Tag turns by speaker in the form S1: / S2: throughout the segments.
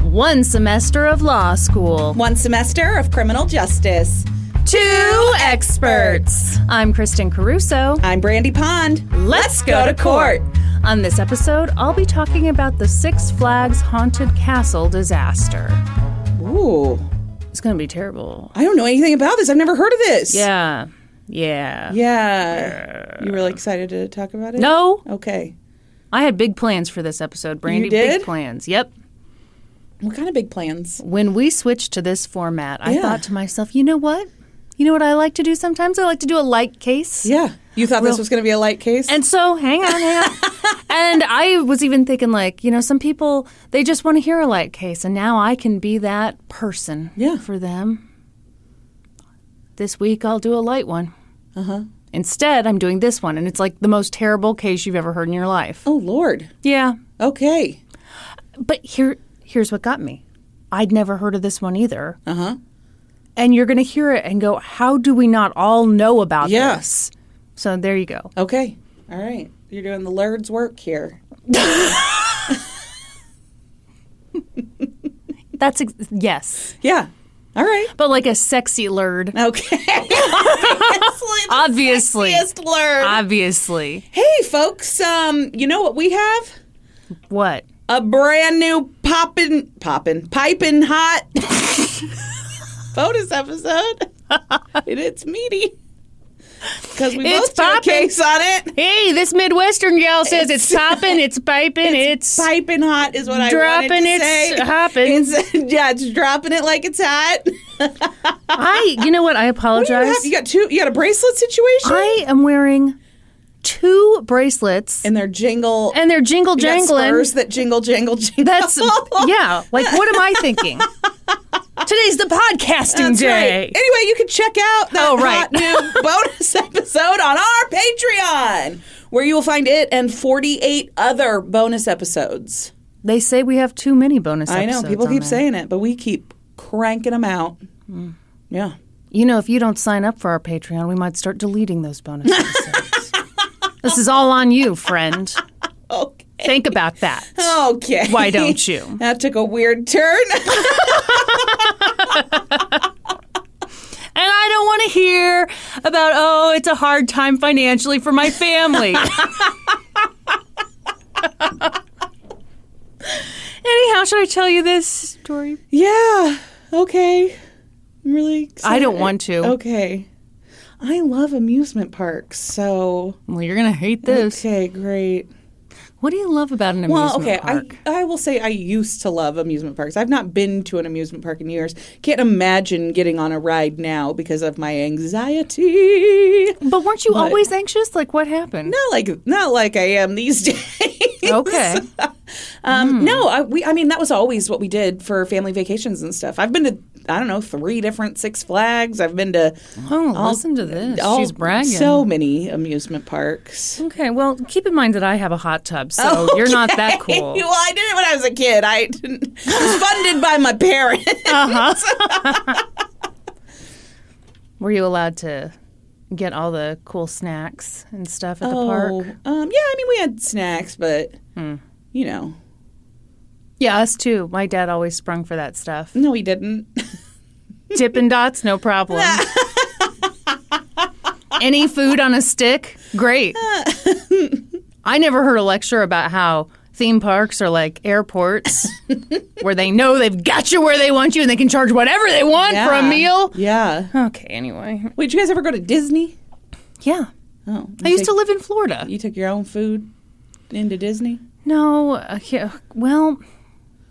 S1: one semester of law school.
S2: One semester of criminal justice.
S1: Two experts. I'm Kristen Caruso.
S2: I'm Brandy Pond.
S1: Let's go to court. On this episode, I'll be talking about the Six Flags Haunted Castle disaster.
S2: Ooh,
S1: It's going to be terrible.
S2: I don't know anything about this. I've never heard of this.
S1: Yeah. Yeah.
S2: Yeah. You really excited to talk about it?
S1: No,
S2: Okay.
S1: I had big plans for this episode, Brandy.
S2: You did?
S1: Big plans. Yep.
S2: What kind of big plans?
S1: When we switched to this format, I
S2: Yeah.
S1: thought to myself, you know what? You know what I like to do sometimes? I like to do a light case.
S2: Yeah. You thought this was going to be a light case?
S1: And so, hang on, hang on. and I was even thinking, like, you know, some people, they just want to hear a light case, and now I can be that person
S2: Yeah.
S1: for them. This week, I'll do a light one. Uh huh.
S2: Uh-huh.
S1: Instead, I'm doing this one, and it's like the most terrible case you've ever heard in your life.
S2: oh, Lord.
S1: Yeah.
S2: Okay.
S1: But here, here's what got me I'd never heard of this one either. Uh
S2: Uh-huh.
S1: huh. And you're going to hear it and go, how do we not all know about
S2: Yeah.
S1: this? So there you go.
S2: Okay. All right. You're doing the Lord's work here.
S1: That's ex- yes.
S2: Yeah. All right.
S1: but like a sexy lurd.
S2: Okay. Obviously, the
S1: Obviously.
S2: sexiest Lord.
S1: Obviously.
S2: Hey, folks. Um, you know what we have?
S1: What?
S2: a brand new poppin' poppin' piping hot bonus episode and it's meaty because we
S1: It's
S2: both did a
S1: poppin'.
S2: case on it
S1: Hey, this Midwestern gal says it's, popping, it's piping, it's,
S2: piping hot is what i
S1: Dropping
S2: wanted to
S1: it's
S2: say.
S1: hoppin'.
S2: It's- yeah it's dropping it like it's hot
S1: I, you know what? I
S2: you,
S1: apologize.
S2: have- you got two you got a bracelet situation
S1: I am wearing two bracelets
S2: and they're jingle
S1: and they're jingle
S2: you got
S1: jangling.
S2: spurs that jingle jingle jingle
S1: That's yeah. Like what am I thinking? Today's the podcasting
S2: That's
S1: day.
S2: right. Anyway, you can check out that
S1: Oh, right.
S2: hot new bonus episode on our Patreon, where you will find it and 48 other bonus episodes.
S1: They say we have too many bonus
S2: I know
S1: episodes.
S2: people
S1: on
S2: keep
S1: there. Mm.
S2: saying it, but we keep cranking them out. Yeah.
S1: You know, if you don't sign up for our Patreon, we might start deleting those bonus episodes. this is all on you, friend.
S2: Okay.
S1: Think about that.
S2: Okay.
S1: Why don't you?
S2: That took a weird turn.
S1: And I don't want to hear about, oh, it's a hard time financially for my family. Anyhow, should I tell you this story?
S2: yeah. Okay. I'm really excited.
S1: I don't want to.
S2: Okay. I love amusement parks, so
S1: Well, you're going to hate this.
S2: okay, great.
S1: What do you love about an amusement
S2: Well, okay,
S1: park?
S2: I, I will say I used to love amusement parks. I've not been to an amusement park in years. Can't imagine getting on a ride now because of my anxiety.
S1: but weren't you always anxious? Like, what happened?
S2: Not like not like I am these days.
S1: Okay. Hmm.
S2: Um, No, I, we. I mean, that was always what we did for family vacations and stuff. I've been to I don't know three different Six Flags. I've been to
S1: Oh, listen to this.
S2: all-
S1: She's bragging.
S2: So many amusement parks.
S1: okay, well, keep in mind that I have a hot tub, so Oh, you're not that
S2: Okay.
S1: cool.
S2: Well, I did it when I was a kid. I didn't, it was funded by my parents.
S1: Uh-huh. Were you allowed to get all the cool snacks and stuff at the park? Hmm.
S2: Um, yeah, I mean, we had snacks, but you know,
S1: Yeah, us too. My dad always sprung for that stuff.
S2: no, he didn't.
S1: Dippin' dots, no problem. Any food on a stick, great. I never heard a lecture about how theme parks are like airports where they know they've got you where they want you and they can charge whatever they want for a
S2: Yeah.
S1: meal.
S2: Yeah.
S1: Okay, anyway.
S2: Wait, did you guys ever go to Disney?
S1: Yeah.
S2: Oh,
S1: I used to live in Florida.
S2: You took your own food into Disney?
S1: No, uh, yeah, well,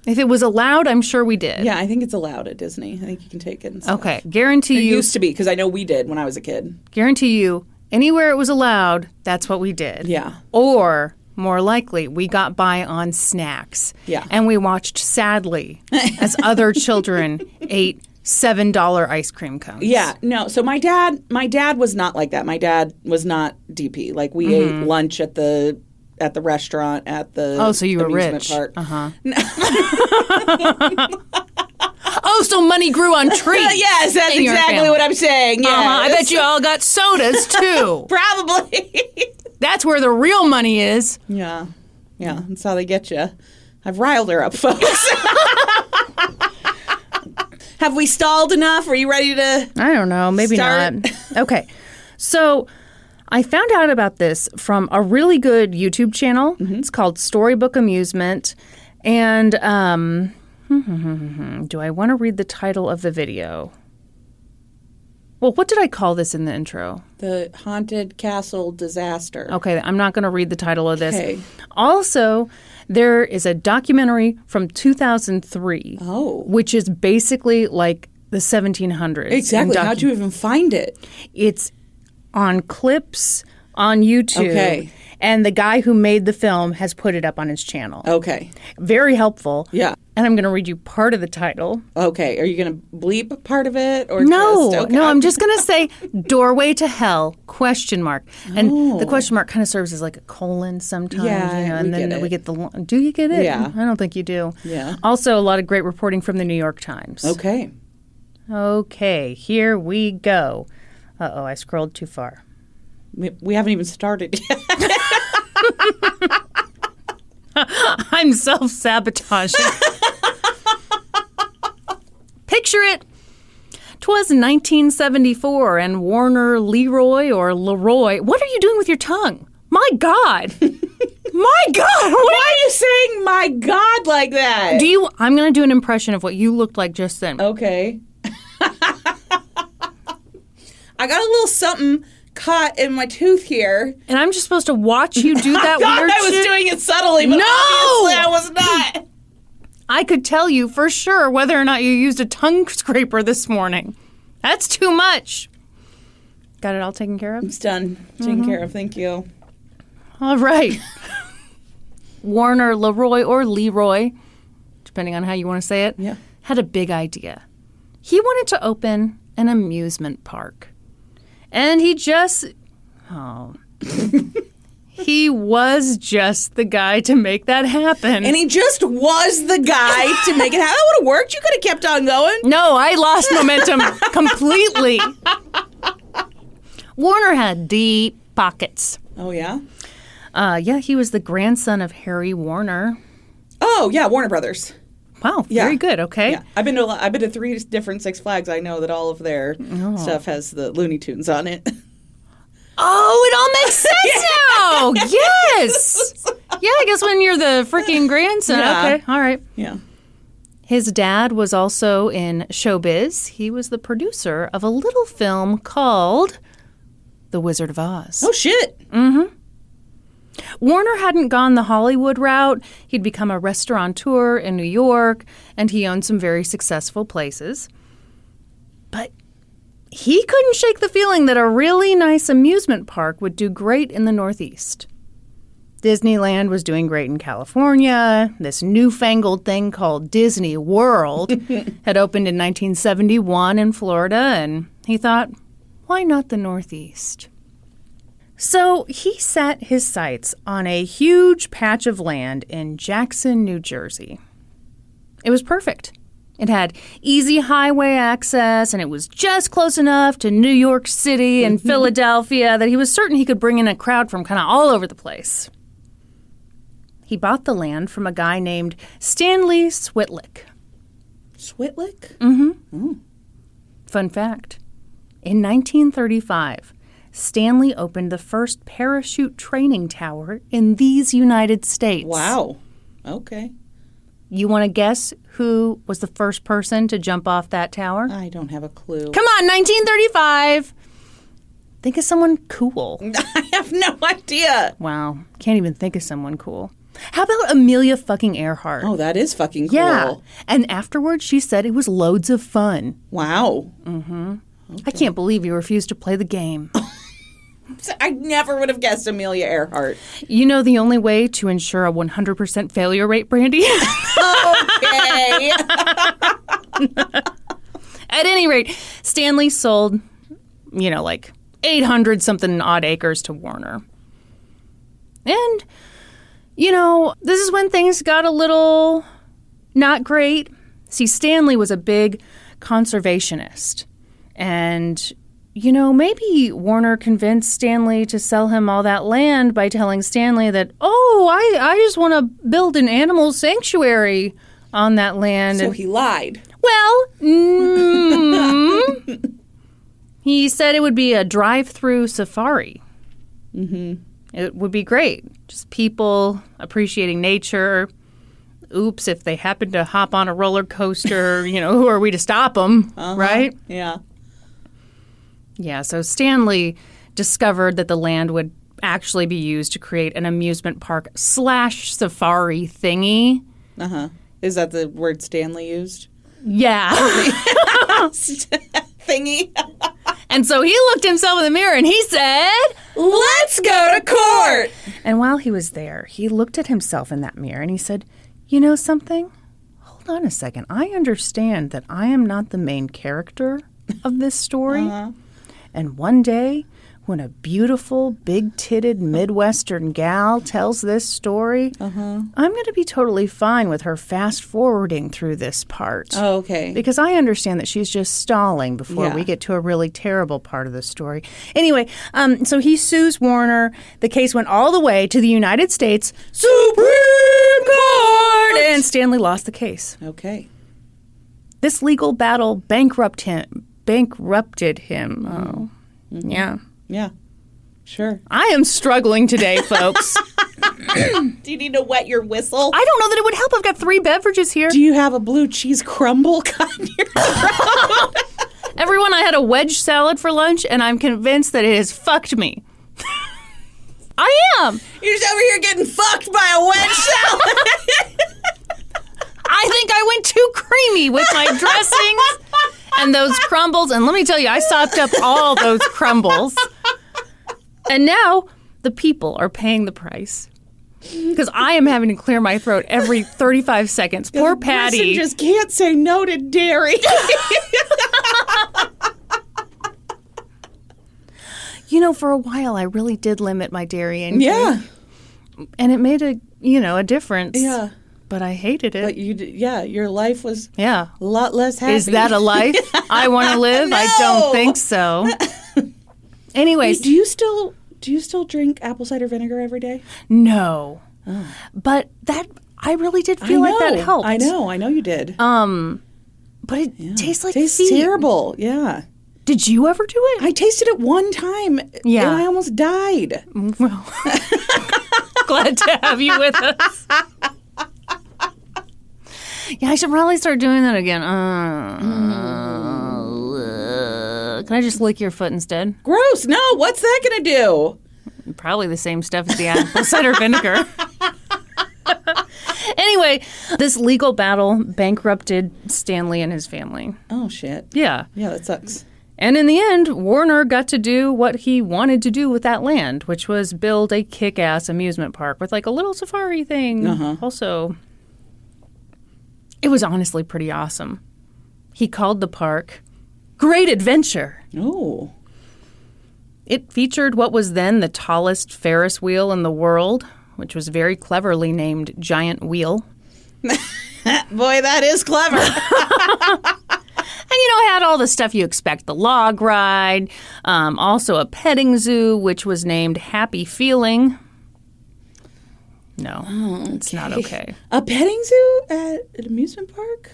S1: if it was allowed, I'm sure we did.
S2: Yeah, I think it's allowed at Disney. I think you can take it. And stuff.
S1: Okay, guarantee
S2: It
S1: Oh, you,
S2: used to be because I know we did when I was a kid.
S1: guarantee you, anywhere it was allowed, that's what we did.
S2: Yeah.
S1: Or more likely, we got by on snacks.
S2: Yeah.
S1: And we watched sadly as other children ate seven dollar ice cream cones.
S2: Yeah, no. So my dad, my dad was not like that. My dad was not DP. Like we ate lunch at the at the restaurant at the
S1: Mm-hmm. Oh, so you were
S2: amusement
S1: rich.
S2: park.
S1: Uh huh. oh, so money grew on trees.
S2: Yes, that's
S1: in your
S2: exactly
S1: family.
S2: what I'm saying. Yeah,
S1: Uh-huh. I bet you all got sodas too.
S2: probably.
S1: That's where the real money is.
S2: Yeah. Yeah. That's how they get you. I've riled her up, folks. have we stalled enough? Are you ready to?
S1: I don't know. Maybe
S2: Start.
S1: not. Okay. So I found out about this from a really good YouTube channel.
S2: Mm-hmm.
S1: It's called Storybook Amusement. And um, do I want to read the title of the video? Well, what did I call this in the intro?
S2: The haunted castle disaster.
S1: Okay, I'm not going to read the title of this.
S2: Okay.
S1: Also, there is a documentary from 2003,
S2: Oh.
S1: which is basically like the 1700s. in
S2: Exactly.
S1: docu-
S2: How'd you even find it?
S1: it's on clips on YouTube.
S2: Okay.
S1: And the guy who made the film has put it up on his channel.
S2: Okay.
S1: Very helpful.
S2: Yeah.
S1: And I'm going to read you part of the title.
S2: Okay. Are you gonna bleep part of it or
S1: No,
S2: Just, okay.
S1: no, I'm just going to say doorway to hell question mark. And the question mark kind of serves as like a colon sometimes,
S2: Oh. Yeah,
S1: you know, and
S2: we
S1: then
S2: get
S1: we
S2: it.
S1: get the lo- do you get it?
S2: Yeah.
S1: I don't think you do.
S2: Yeah.
S1: Also a lot of great reporting from the New York Times.
S2: Okay. Oh.
S1: Okay, here we go. Uh-oh, I scrolled too far.
S2: We, we haven't even started yet.
S1: I'm self sabotaging. Picture it. 'Twas 1974, and Warner Leroy or Leroy. What are you doing with your tongue? My God. My God. What
S2: Why are you saying "my God" like that?
S1: do you. I'm going to do an impression of what you looked like just then.
S2: okay. I got a little something caught in my tooth here.
S1: And I'm just supposed to watch you do that
S2: God,
S1: weird
S2: I was
S1: shit.
S2: doing it subtly, but
S1: No!
S2: obviously I was not.
S1: I could tell you for sure whether or not you used a tongue scraper this morning. That's too much. Got it all taken care of?
S2: It's done. Taken care of. Thank you.
S1: All right. Warner Leroy or Leroy, depending on how you want to say it,
S2: Yeah.
S1: had a big idea. He wanted to open an amusement park. And he just oh. he was just the guy to make that happen.
S2: And he just was the guy to make it happen. That would have worked. You could have kept on going.
S1: No, I lost momentum completely. Warner had deep pockets.
S2: Oh yeah.
S1: Uh, yeah, he was the grandson of Harry Warner.
S2: Oh yeah. Warner Brothers.
S1: Wow,
S2: Yeah.
S1: very good. Okay.
S2: Yeah, I've been to a lot, I've been to three different Six Flags. I know that all of their stuff has the Looney Tunes on it.
S1: Oh, it all makes sense now. Yes. Yeah, I guess when you're the freaking grandson.
S2: Yeah.
S1: Okay, all right.
S2: yeah.
S1: His dad was also in showbiz. He was the producer of a little film called The Wizard of Oz.
S2: Oh shit.
S1: Warner hadn't gone the Hollywood route. He'd become a restaurateur in New York, and he owned some very successful places. But he couldn't shake the feeling that a really nice amusement park would do great in the Northeast. Disneyland was doing great in California. This newfangled thing called Disney World had opened in 1971 in Florida, and he thought, why not the Northeast? So he set his sights on a huge patch of land in Jackson, New Jersey. It was perfect. It had easy highway access, and it was just close enough to New York City and Philadelphia that he was certain he could bring in a crowd from kind of all over the place. He bought the land from a guy named Stanley Switlick.
S2: Switlick.
S1: Fun fact In 1935, Stanley opened the first parachute training tower in these United States.
S2: Wow. Okay.
S1: You want to guess who was the first person to jump off that tower?
S2: I don't have a clue.
S1: Come on, 1935. Think of someone cool.
S2: I have no idea.
S1: Wow. Can't even think of someone cool. How about Amelia fucking Earhart?
S2: Oh, that is fucking cool.
S1: yeah. And afterwards, she said it was loads of fun.
S2: Wow.
S1: I can't believe you refused to play the game.
S2: I never would have guessed Amelia Earhart.
S1: You know the only way to ensure a 100% failure rate, Brandy?
S2: Okay.
S1: At any rate, Stanley sold, you know, like 800 something odd acres to Warner. And, you know, this is when things got a little not great. See, Stanley was a big conservationist. And, you know, maybe Warner convinced Stanley to sell him all that land by telling Stanley that, oh, I, I just want to build an animal sanctuary on that land.
S2: So
S1: and-
S2: he lied.
S1: well, mm, he said it would be a drive-through safari. Mm-hmm. It would be great. Just people appreciating nature. Oops, if they happen to hop on a roller coaster, you know, who are we to stop them, right?
S2: Yeah.
S1: Yeah, so Stanley discovered that the land would actually be used to create an amusement park slash safari thingy.
S2: Uh huh. Is that the word Stanley used?
S1: Yeah.
S2: Thingy.
S1: and so he looked himself in the mirror and he said,
S2: Let's go to court.
S1: And while he was there, he looked at himself in that mirror and he said, You know something? Hold on a second. I understand that I am not the main character of this story. And one day, when a beautiful, big titted Midwestern gal tells this story, I'm going to be totally fine with her fast forwarding through this part.
S2: Oh, okay.
S1: Because I understand that she's just stalling before
S2: Yeah.
S1: we get to a really terrible part of the story. Anyway, um, so he sues Warner. The case went all the way to the United States Supreme Court, and Stanley lost the case.
S2: Okay.
S1: This legal battle bankrupt him. Bankrupted him. Oh,
S2: Mm-hmm.
S1: yeah.
S2: Yeah. Sure.
S1: I am struggling today, folks.
S2: Do you need to wet your whistle?
S1: I don't know that it would help. I've got three beverages here.
S2: Do you have a blue cheese crumble on your
S1: Everyone, I had a wedge salad for lunch, and I'm convinced that it has fucked me. I am.
S2: You're just over here getting fucked by a wedge salad.
S1: I think I went too creamy with my dressings and those crumbles. And let me tell you, I sopped up all those crumbles. And now the people are paying the price. Because I am having to clear my throat every 35 seconds. Poor Patty.
S2: just can't say no to dairy.
S1: you know, for a while I really did limit my dairy intake,
S2: yeah.
S1: and it made a you know a difference.
S2: Yeah.
S1: but I hated it.
S2: But you, d- yeah, your life was
S1: yeah,
S2: a lot less happy.
S1: is that a life I want to live? I
S2: No.
S1: don't think so. Anyways,
S2: Do you still do you still drink apple cider vinegar every day?
S1: No. But that Oh. I really did feel like that helped.
S2: I know. I know you did.
S1: Um but it tastes like
S2: Tastes
S1: feet.
S2: terrible. Yeah.
S1: Did you ever do it?
S2: I tasted it one time.
S1: Yeah.
S2: And I almost died.
S1: well, glad to have you with us. Yeah, I should probably start doing that again. Uh, Can I just lick your foot instead?
S2: Gross. No. What's that going to do?
S1: Probably the same stuff as the apple cider vinegar. anyway, this legal battle bankrupted Stanley and his family.
S2: Oh shit.
S1: Yeah.
S2: Yeah, that sucks.
S1: And in the end, Warner got to do what he wanted to do with that land, which was build a kick ass amusement park with like a little safari thing. Also, it was honestly pretty awesome. He called the park Great Adventure.
S2: Oh.
S1: It featured what was then the tallest Ferris wheel in the world, which was very cleverly named Giant Wheel.
S2: Boy, that is clever.
S1: And you know, it had all the stuff you expect the log ride, um, also a petting zoo, which was named Happy Feeling. No, it's not okay.
S2: a petting zoo at an amusement park?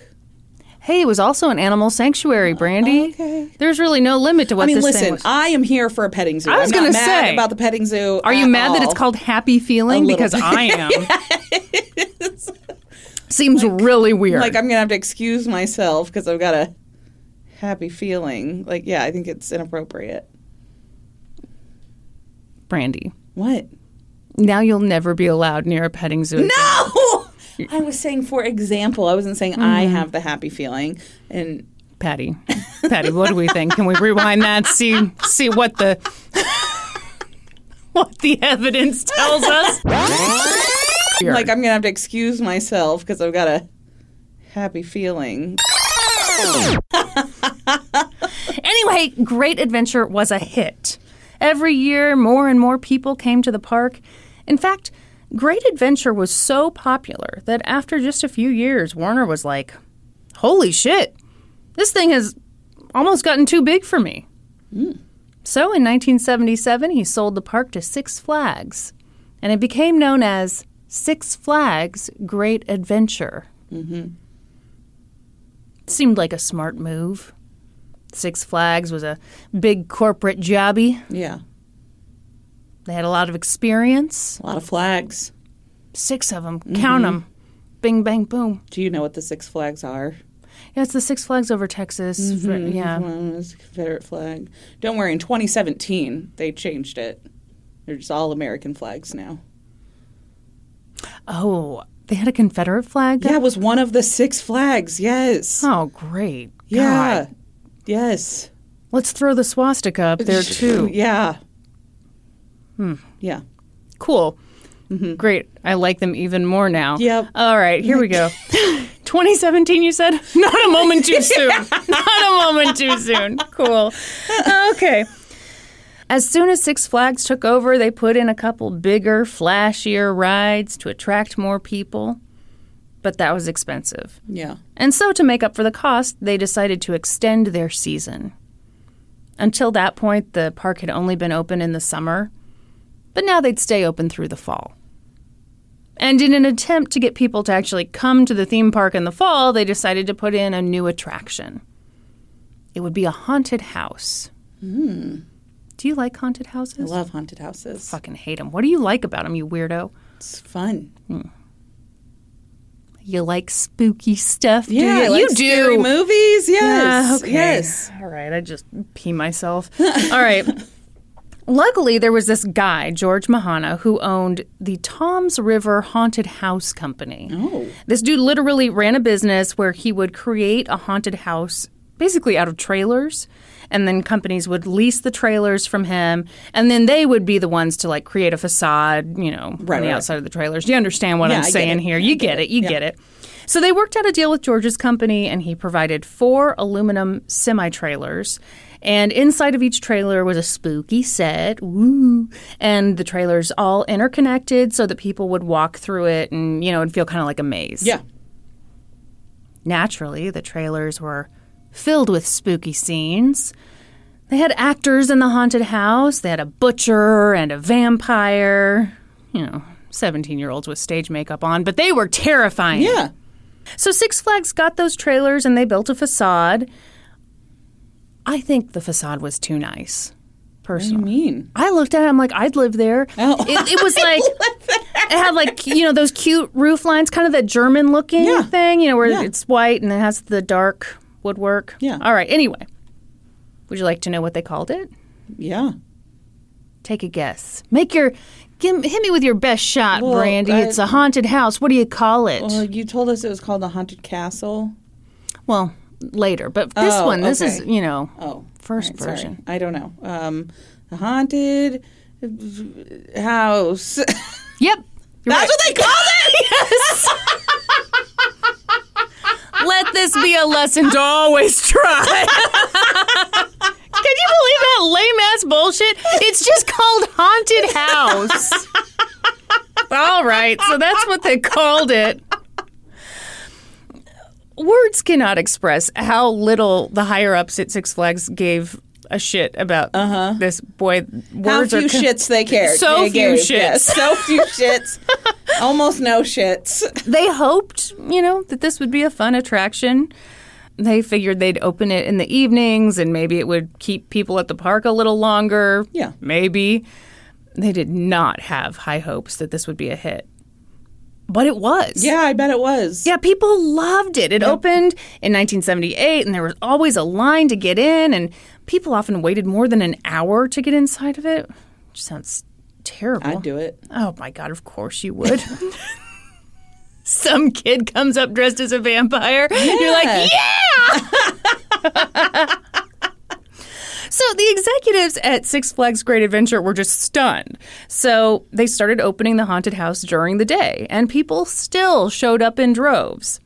S1: Hey, it was also an animal sanctuary, Brandy.
S2: okay.
S1: There's really no limit to what
S2: I mean,
S1: this thing
S2: listen,
S1: was.
S2: I am here for a petting zoo. I
S1: was
S2: am
S1: gonna
S2: not mad
S1: say,
S2: about the petting zoo.
S1: Are you
S2: at
S1: mad that
S2: all.
S1: it's called Happy Feeling?
S2: little
S1: Because
S2: bit.
S1: I am. Seems really weird.
S2: Like I'm gonna have to excuse myself because I've got a happy feeling. Like, yeah, I think it's inappropriate.
S1: Brandy,
S2: What?
S1: now you'll never be allowed near a petting zoo. again.
S2: No. I was saying, for example, I wasn't saying I
S1: Mm-hmm.
S2: have the happy feeling, and
S1: Patty, Patty, what do we think? Can we rewind that? See, see what the what the evidence tells us.
S2: like I'm gonna have to excuse myself because I've got a happy feeling.
S1: Anyway, Great Adventure was a hit. Every year, more and more people came to the park. In fact, Great Adventure was so popular that after just a few years, Warner was like, Holy shit, this thing has almost gotten too big for me. So in 1977, he sold the park to Six Flags, and it became known as Six Flags Great Adventure. seemed like a smart move. Six Flags was a big corporate jobby.
S2: Yeah.
S1: They had a lot of experience.
S2: A lot of flags.
S1: Six of them. Count 'em. Count them. Bing, bang, boom.
S2: Do you know what the Six Flags are?
S1: Yeah, it's the Six Flags over Texas. for- yeah.
S2: One was the Confederate flag. Don't worry, in 2017, they changed it. They're just all American flags now.
S1: Oh, they had a Confederate flag?
S2: Yeah, it was one of the Six Flags. Yes.
S1: Oh, great.
S2: Yeah.
S1: God.
S2: Yes.
S1: Let's throw the swastika up there, too. Hmm.
S2: Yeah. Yeah.
S1: cool. Great. I like them even more now.
S2: Yep.
S1: All right, here we go. 2017, you said? Not a moment too soon. Not a moment too soon. Cool. Okay. As soon as Six Flags took over, they put in a couple bigger, flashier rides to attract more people, but that was expensive.
S2: Yeah.
S1: And so, to make up for the cost, they decided to extend their season. Until that point, the park had only been open in the summer, but now they'd stay open through the fall. And in an attempt to get people to actually come to the theme park in the fall, they decided to put in a new attraction. It would be a haunted house. Hmm. Do you like haunted
S2: I
S1: houses?
S2: love haunted houses.
S1: fucking hate them. What do you like about them, you weirdo?
S2: It's fun.
S1: You like spooky stuff, do
S2: Yeah,
S1: you?
S2: like
S1: you do.
S2: scary movies. Yes.
S1: Ah, okay.
S2: Yes.
S1: All right. I just pee myself. All right. Luckily, there was this guy, George Mahana, who owned the Toms River Haunted House Company.
S2: Oh.
S1: This dude literally ran a business where he would create a haunted house basically out of trailers. And then companies would lease the trailers from him. And then they would be the ones to like create a facade, you know,
S2: Right,
S1: on the
S2: right.
S1: outside of the trailers. You understand what
S2: Yeah,
S1: I'm
S2: I get
S1: saying
S2: it.
S1: here. You get it. You get it. So they worked out a deal with George's company, and he provided four aluminum semi trailers. And inside of each trailer was a spooky set. Woo! And the trailers all interconnected so that people would walk through it and, you know, it'd feel kind of like a maze.
S2: Yeah.
S1: Naturally, the trailers were filled with spooky scenes. They had actors in the haunted house, they had a butcher and a vampire. You know, 17 year olds with stage makeup on, but they were terrifying.
S2: Yeah.
S1: So Six Flags got those trailers and they built a facade. I think the facade was too nice,
S2: I
S1: personally.
S2: mean.
S1: I looked at it, I'm like, I'd live there.
S2: Oh.
S1: It, it was like, it had like, you know, those cute roof lines, kind of that German looking
S2: Yeah.
S1: thing, you know, where
S2: Yeah.
S1: it's white and it has the dark woodwork.
S2: Yeah.
S1: All right, anyway. Would you like to know what they called it?
S2: Yeah.
S1: Take a guess. Make your, give, hit me with your best shot,
S2: Well,
S1: Brandy.
S2: I-
S1: it's a haunted house. What do you call it?
S2: Well, you told us it was called the Haunted Castle.
S1: Well, later, but this
S2: Oh,
S1: one, this is
S2: okay.
S1: you know
S2: Oh,
S1: first
S2: all right, sorry.
S1: version.
S2: I don't know. Um, the haunted house. That's
S1: Yep, you're right.
S2: what they called it.
S1: Let this be a lesson to always try. Can you believe that lame ass bullshit? It's just called haunted house. All right, so that's what they called it. Words cannot express how little the higher ups at Six Flags gave a shit about this boy.
S2: Uh-huh. How
S1: Words
S2: few
S1: are con-
S2: shits they cared.
S1: So
S2: they
S1: few shits.
S2: yes, so few shits. Almost no shits.
S1: they hoped, you know, that this would be a fun attraction. They figured they'd open it in the evenings and maybe it would keep people at the park a little longer.
S2: Yeah.
S1: Maybe. They did not have high hopes that this would be a hit. But it was.
S2: Yeah, I bet it was.
S1: Yeah, people loved it. It opened in 1978 and there was always a line to get in and people often waited more than an hour to get inside of it. Which sounds terrible.
S2: I'd do it.
S1: Oh my God, of course you would. Some kid comes up dressed as a vampire. You're like, yeah! so the executives at Six Flags Great Adventure were just stunned. So they started opening the haunted house during the day, and people still showed up in droves.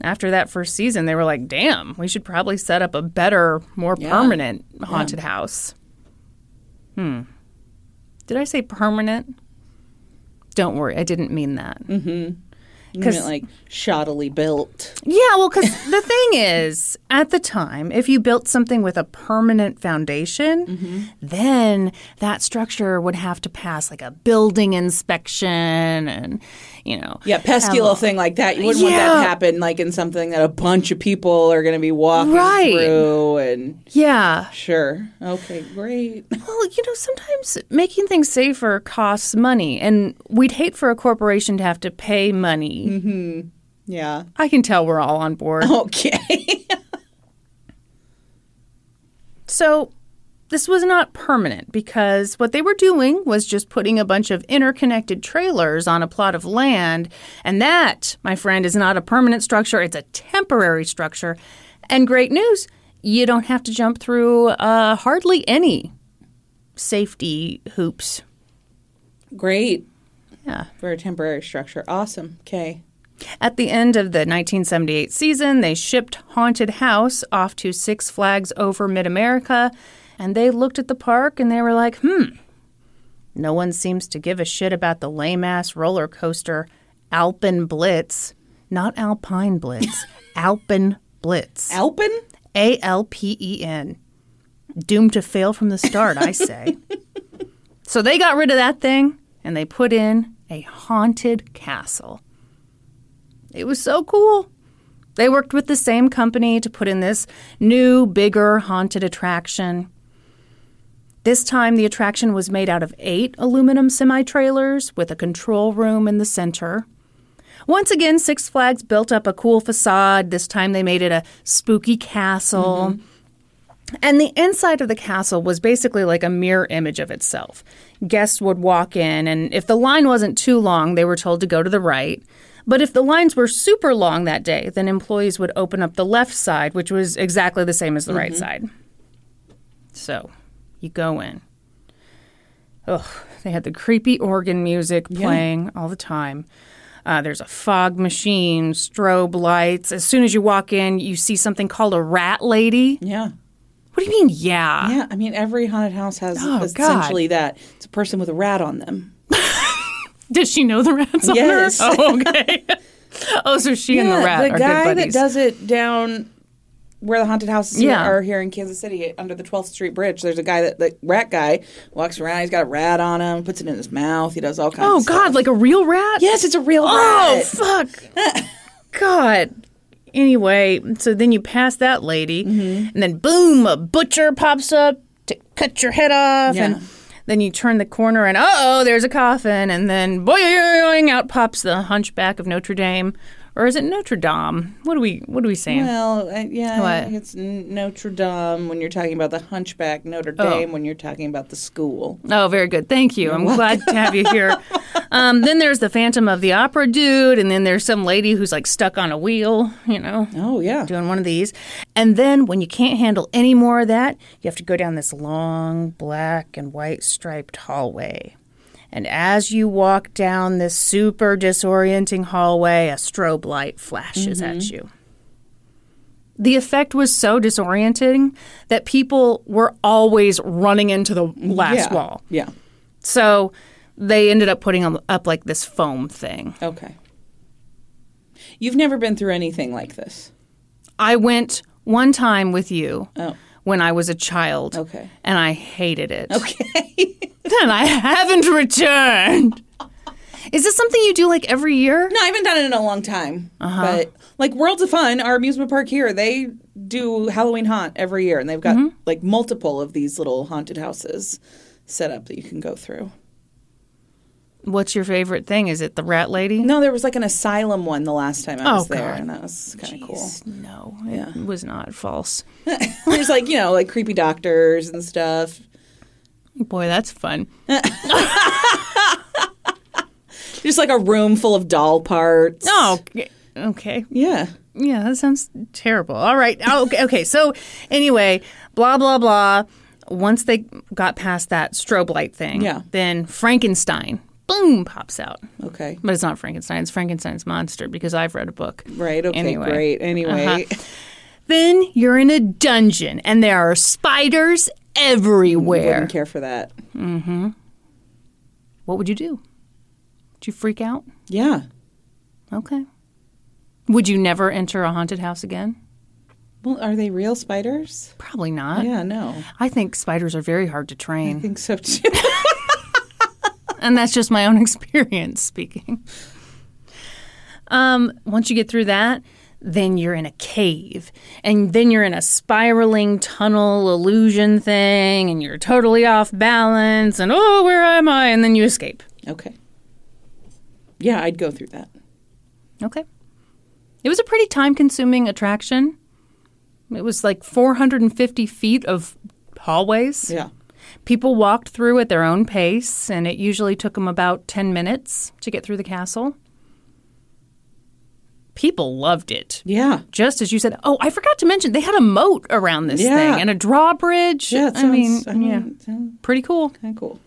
S1: After that first season, they were like, damn, we should probably set up a better, more permanent haunted house. Hmm. Did I say permanent? Don't worry, I didn't mean that.
S2: You meant like shoddily built.
S1: Yeah, well, because the thing is, at the time, if you built something with a permanent foundation,
S2: Mm-hmm.
S1: then that structure would have to pass like a building inspection and, you know. Um,
S2: Yeah, pesky little thing like that. You wouldn't want that
S1: Yeah.
S2: to happen, like in something that a bunch of people are going to be walking
S1: Right.
S2: through. And
S1: Yeah.
S2: sure, okay, great.
S1: Well, you know, sometimes making things safer costs money, and we'd hate for a corporation to have to pay money.
S2: Mm-hmm. Yeah,
S1: I can tell we're all on board.
S2: okay.
S1: So this was not permanent because what they were doing was just putting a bunch of interconnected trailers on a plot of land. And that, my friend, is not a permanent structure, it's a temporary structure. And great news, you don't have to jump through uh, hardly any safety hoops.
S2: great
S1: Yeah.
S2: for a temporary structure. Awesome. Okay.
S1: At the end of the 1978 season, they shipped Haunted House off to Six Flags over Mid America, and they looked at the park and they were like, hmm, no one seems to give a shit about the lame ass roller coaster Alpen Blitz. Not Alpine Blitz, Alpen Blitz.
S2: Alpen?
S1: A L P E N. Doomed to fail from the start, I say. so they got rid of that thing and they put in a haunted castle. It was so cool. They worked with the same company to put in this new, bigger haunted attraction. This time, the attraction was made out of eight aluminum semi trailers with a control room in the center. Once again, Six Flags built up a cool facade. This time they made it a spooky castle. And the inside of the castle was basically like a mirror image of itself. Guests would walk in, and if the line wasn't too long, they were told to go to the right. But if the lines were super long that day, then employees would open up the left side, which was exactly the same as the right side. So you go in. Ugh, they had the creepy organ music playing all the time. Uh, there's a fog machine, strobe lights. As soon as you walk in, you see something called a rat lady.
S2: Yeah.
S1: What do you mean, yeah?
S2: Yeah. I mean, every haunted house has
S1: Oh,
S2: essentially that. It's a person with a rat on them.
S1: Does she know the rat's
S2: Yes.
S1: on her? Oh, okay. oh, so she and the rat are good
S2: guy that
S1: buddies.
S2: does it down where the haunted houses here
S1: Yeah.
S2: are here in Kansas City under the 12th Street Bridge. There's a guy that, the rat guy, walks around. He's got a rat on him, puts it in his mouth. He does all kinds
S1: oh,
S2: of
S1: God, like a real rat?
S2: Yes, it's a real
S1: Oh,
S2: rat.
S1: fuck. God. Anyway, so then you pass that lady, and then boom, a butcher pops up to cut your head off.
S2: Yeah.
S1: And then you turn the corner, and uh oh, there's a coffin. And then boing, out pops the hunchback of Notre Dame. Or is it Notre Dame? What are we, what are we saying?
S2: Well, uh, yeah, I
S1: What?
S2: think it's N- Notre Dame when you're talking about the hunchback, Notre Dame when you're talking about the school.
S1: Oh, very good. Thank you. I'm glad to have you here. Um, then there's the Phantom of the Opera dude, and then there's some lady who's like stuck on a wheel, you know,
S2: Oh, yeah.
S1: doing one of these. And then when you can't handle any more of that, you have to go down this long black and white striped hallway. And as you walk down this super disorienting hallway, a strobe light flashes at you. The effect was so disorienting that people were always running into the last
S2: yeah.
S1: wall.
S2: Yeah.
S1: So they ended up putting them up like this foam thing.
S2: Okay. You've never been through anything like this.
S1: I went one time with you
S2: Oh.
S1: when I was a child.
S2: Okay.
S1: And I hated it.
S2: Okay.
S1: Then I haven't returned. Is this something you do like every year?
S2: No, I haven't done it in a long time.
S1: Uh-huh.
S2: But like Worlds of Fun, our amusement park here, they do Halloween haunt every year, and they've got
S1: Mm-hmm.
S2: like multiple of these little haunted houses set up that you can go through.
S1: What's your favorite thing? Is it the rat lady?
S2: No, there was like an asylum one the last time I
S1: Oh,
S2: was there,
S1: God.
S2: and that was kind of cool.
S1: Jeez, No, it was not false.
S2: There's like you know like creepy doctors and stuff.
S1: Boy, that's fun.
S2: Just like a room full of doll parts.
S1: Oh, okay.
S2: yeah.
S1: Yeah, that sounds terrible. All right. Oh, okay. Okay. So, anyway, blah blah blah. Once they got past that strobe light thing,
S2: Yeah.
S1: then Frankenstein, boom, pops out.
S2: Okay.
S1: But it's not Frankenstein. It's Frankenstein's monster because I've read a book.
S2: Right. Okay.
S1: Anyway. Uh-huh.
S2: Great. Anyway.
S1: Then you're in a dungeon and there are spiders everywhere.
S2: Wouldn't care for that.
S1: What would you do? Would you freak out?
S2: Yeah.
S1: Okay. Would you never enter a haunted house again?
S2: Well, are they real spiders?
S1: Probably not.
S2: Yeah, no.
S1: I think spiders are very hard to
S2: I
S1: train.
S2: think so too.
S1: and that's just my own experience speaking. Um, once you get through that, then you're in a cave, and then you're in a spiraling tunnel illusion thing, and you're totally off balance, and oh, where am I? And then you escape.
S2: okay. Yeah, I'd go through that.
S1: Okay. It was a pretty time consuming attraction. It was like 450 feet of hallways.
S2: Yeah.
S1: People walked through at their own pace, and it usually took them about 10 minutes to get through the castle. People loved it.
S2: Yeah.
S1: Just as you said, oh, I forgot to mention they had a moat around this
S2: Yeah.
S1: thing and a drawbridge.
S2: Yeah, it sounds,
S1: I mean,
S2: I
S1: yeah,
S2: mean, yeah.
S1: pretty cool.
S2: kind of cool.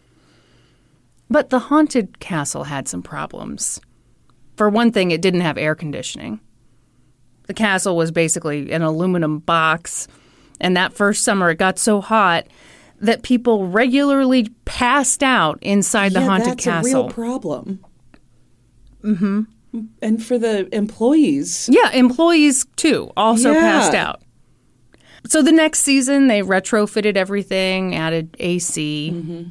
S1: But the haunted castle had some problems. For one thing, it didn't have air conditioning. The castle was basically an aluminum box, and that first summer it got so hot that people regularly passed out inside the
S2: yeah,
S1: haunted
S2: that's a
S1: castle.
S2: real problem. Mm-hmm. And for the employees.
S1: yeah, employees too also
S2: Yeah.
S1: passed out. So the next season they retrofitted everything, added AC.
S2: Mm-hmm.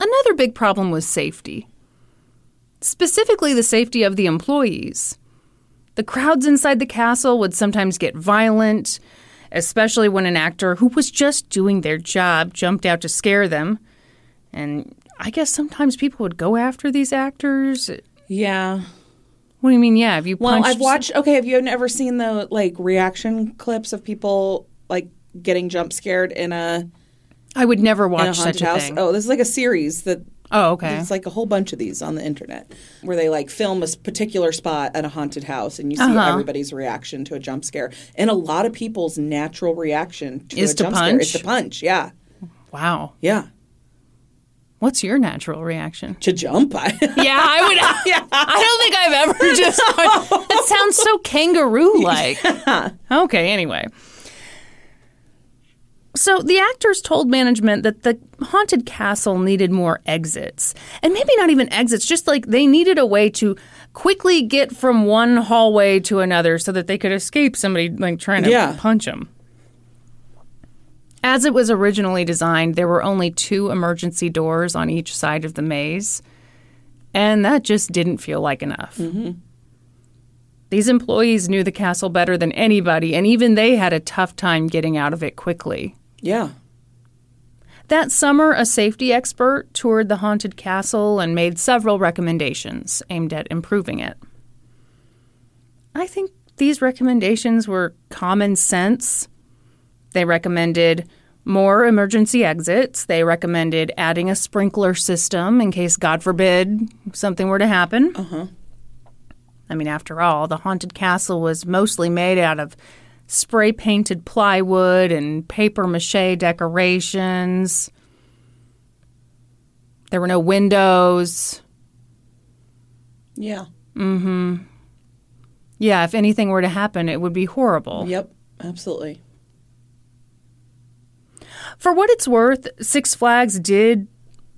S1: Another big problem was safety. specifically the safety of the employees. The crowds inside the castle would sometimes get violent, especially when an actor who was just doing their job jumped out to scare them. And I guess sometimes people would go after these actors.
S2: Yeah.
S1: What do you mean? Yeah, have you
S2: Well,
S1: punched?
S2: I've watched. Okay, have you ever seen the like reaction clips of people like getting jump scared in a,
S1: I would never
S2: in a
S1: watch
S2: haunted
S1: such a
S2: house?
S1: thing.
S2: Oh, this is like a series that
S1: Oh, okay.
S2: It's like a whole bunch of these on the internet where they like film a s- particular spot at a haunted house and you see
S1: Uh-huh.
S2: everybody's reaction to a jump scare. And a lot of people's natural reaction to
S1: Is
S2: a
S1: to
S2: jump scare
S1: punch?
S2: is to punch. Yeah.
S1: Wow.
S2: Yeah.
S1: What's your natural reaction?
S2: To jump. I,
S1: Yeah, I would. I don't think I've ever just. That sounds so kangaroo like. Okay, anyway. So the actors told management that the haunted castle needed more exits. And maybe not even exits, just like they needed a way to quickly get from one hallway to another so that they could escape somebody like trying to
S2: Yeah.
S1: punch them. As it was originally designed, there were only two emergency doors on each side of the maze, and that just didn't feel like enough. These employees knew the castle better than anybody, and even they had a tough time getting out of it quickly.
S2: yeah.
S1: That summer, a safety expert toured the haunted castle and made several recommendations aimed at improving it. I think these recommendations were common sense. They recommended more emergency exits. They recommended adding a sprinkler system in case, God forbid, something were to happen. Uh-huh. I mean, after all, the haunted castle was mostly made out of spray painted plywood and paper mache decorations. There were no windows.
S2: Yeah.
S1: Yeah, if anything were to happen, it would be horrible.
S2: Yep. Absolutely.
S1: For what it's worth, Six Flags did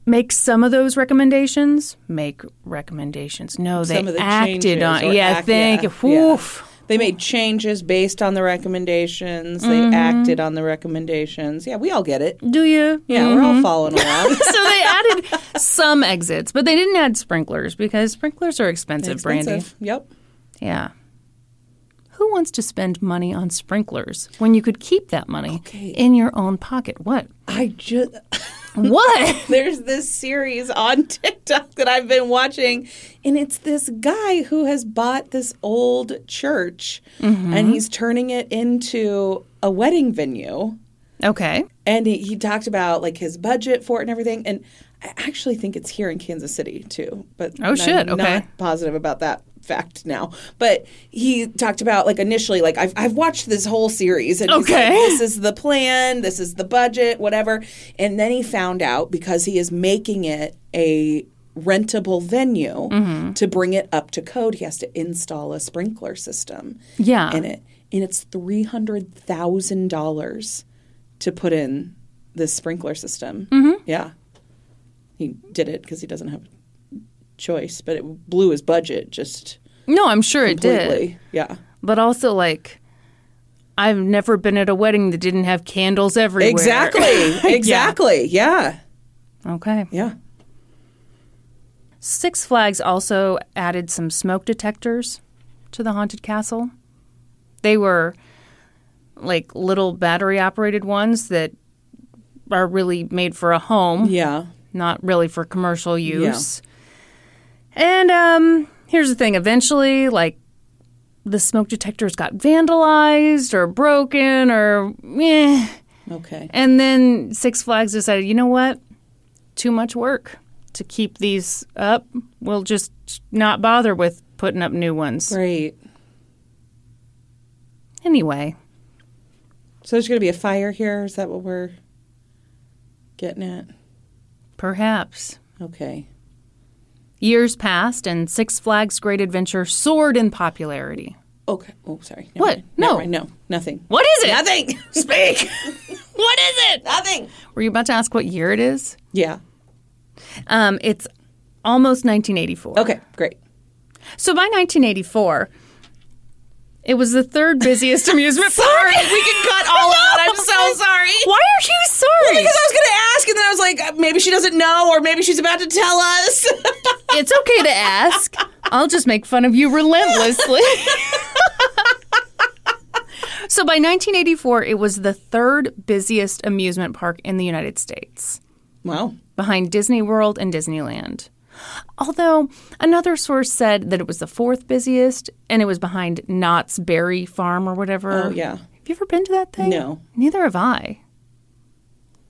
S1: make some of those recommendations. Make recommendations. No, they
S2: Some of the
S1: acted
S2: changes
S1: on.
S2: or
S1: Yeah,
S2: act-
S1: thank
S2: yeah,
S1: you.
S2: yeah.
S1: Oof.
S2: They made changes based on the recommendations.
S1: Mm-hmm.
S2: They acted on the recommendations. Yeah, we all get it.
S1: Do you? Mm-hmm.
S2: Yeah, we're all following along.
S1: so they added some exits, but they didn't add sprinklers because sprinklers are expensive, Brandy.
S2: Expensive. Yep.
S1: Yeah. Who wants to spend money on sprinklers when you could keep that money
S2: Okay.
S1: in your own pocket? What?
S2: I just.
S1: What?
S2: there's this series on TikTok that I've been watching, and it's this guy who has bought this old church and he's turning it into a wedding venue.
S1: okay.
S2: And he, he talked about like his budget for it and everything. And I actually think it's here in Kansas City too. But
S1: Oh, shit.
S2: I'm
S1: Okay.
S2: Not positive about that fact now. But he talked about like initially like I've I've watched this whole series and he's like,
S1: Okay.
S2: this is the plan, this is the budget, whatever. And then he found out because he is making it a rentable venue
S1: Mm-hmm.
S2: to bring it up to code, he has to install a sprinkler system
S1: Yeah.
S2: in it. And it's three hundred thousand dollars to put in this sprinkler system.
S1: Mm-hmm.
S2: Yeah, he did it because he doesn't have a choice, but it blew his budget just
S1: No, I'm sure it did.
S2: completely. Yeah,
S1: But also, like, I've never been at a wedding that didn't have candles everywhere.
S2: Exactly. Exactly. yeah.
S1: Okay.
S2: Yeah.
S1: Six Flags also added some smoke detectors to the haunted castle. They were like little battery operated ones that are really made for a home,
S2: Yeah.
S1: not really for commercial use. And um, here's the thing eventually, like, the smoke detectors got vandalized or broken or eh.
S2: Okay.
S1: And then Six Flags decided, you know what? Too much work to keep these up. We'll just not bother with putting up new ones.
S2: Great.
S1: Anyway,
S2: So there's going to be a fire here. Is that what we're getting at?
S1: perhaps.
S2: Okay.
S1: Years passed and Six Flags Great Adventure soared in popularity.
S2: Okay. Oh, sorry. Never
S1: What?
S2: mind.
S1: No.
S2: Never mind. No. Nothing.
S1: What is it?
S2: Nothing. Speak.
S1: What is it?
S2: Nothing.
S1: Were you about to ask what year it is?
S2: Yeah.
S1: Um, it's almost 1984.
S2: Okay. Great.
S1: So by 1984, it was the third busiest amusement park.
S2: We can cut all of that. I'm so sorry.
S1: Why are you sorry?
S2: Because I was going to ask, and then I was like, uh, maybe she doesn't know, or maybe she's about to tell us.
S1: It's okay to ask. I'll just make fun of you relentlessly. so by 1984, it was the third busiest amusement park in the United States,
S2: wow.
S1: behind Disney World and Disneyland. Although another source said that it was the fourth busiest and it was behind Knott's Berry Farm or whatever.
S2: Oh, yeah.
S1: Have you ever been to that thing?
S2: No.
S1: Neither have I.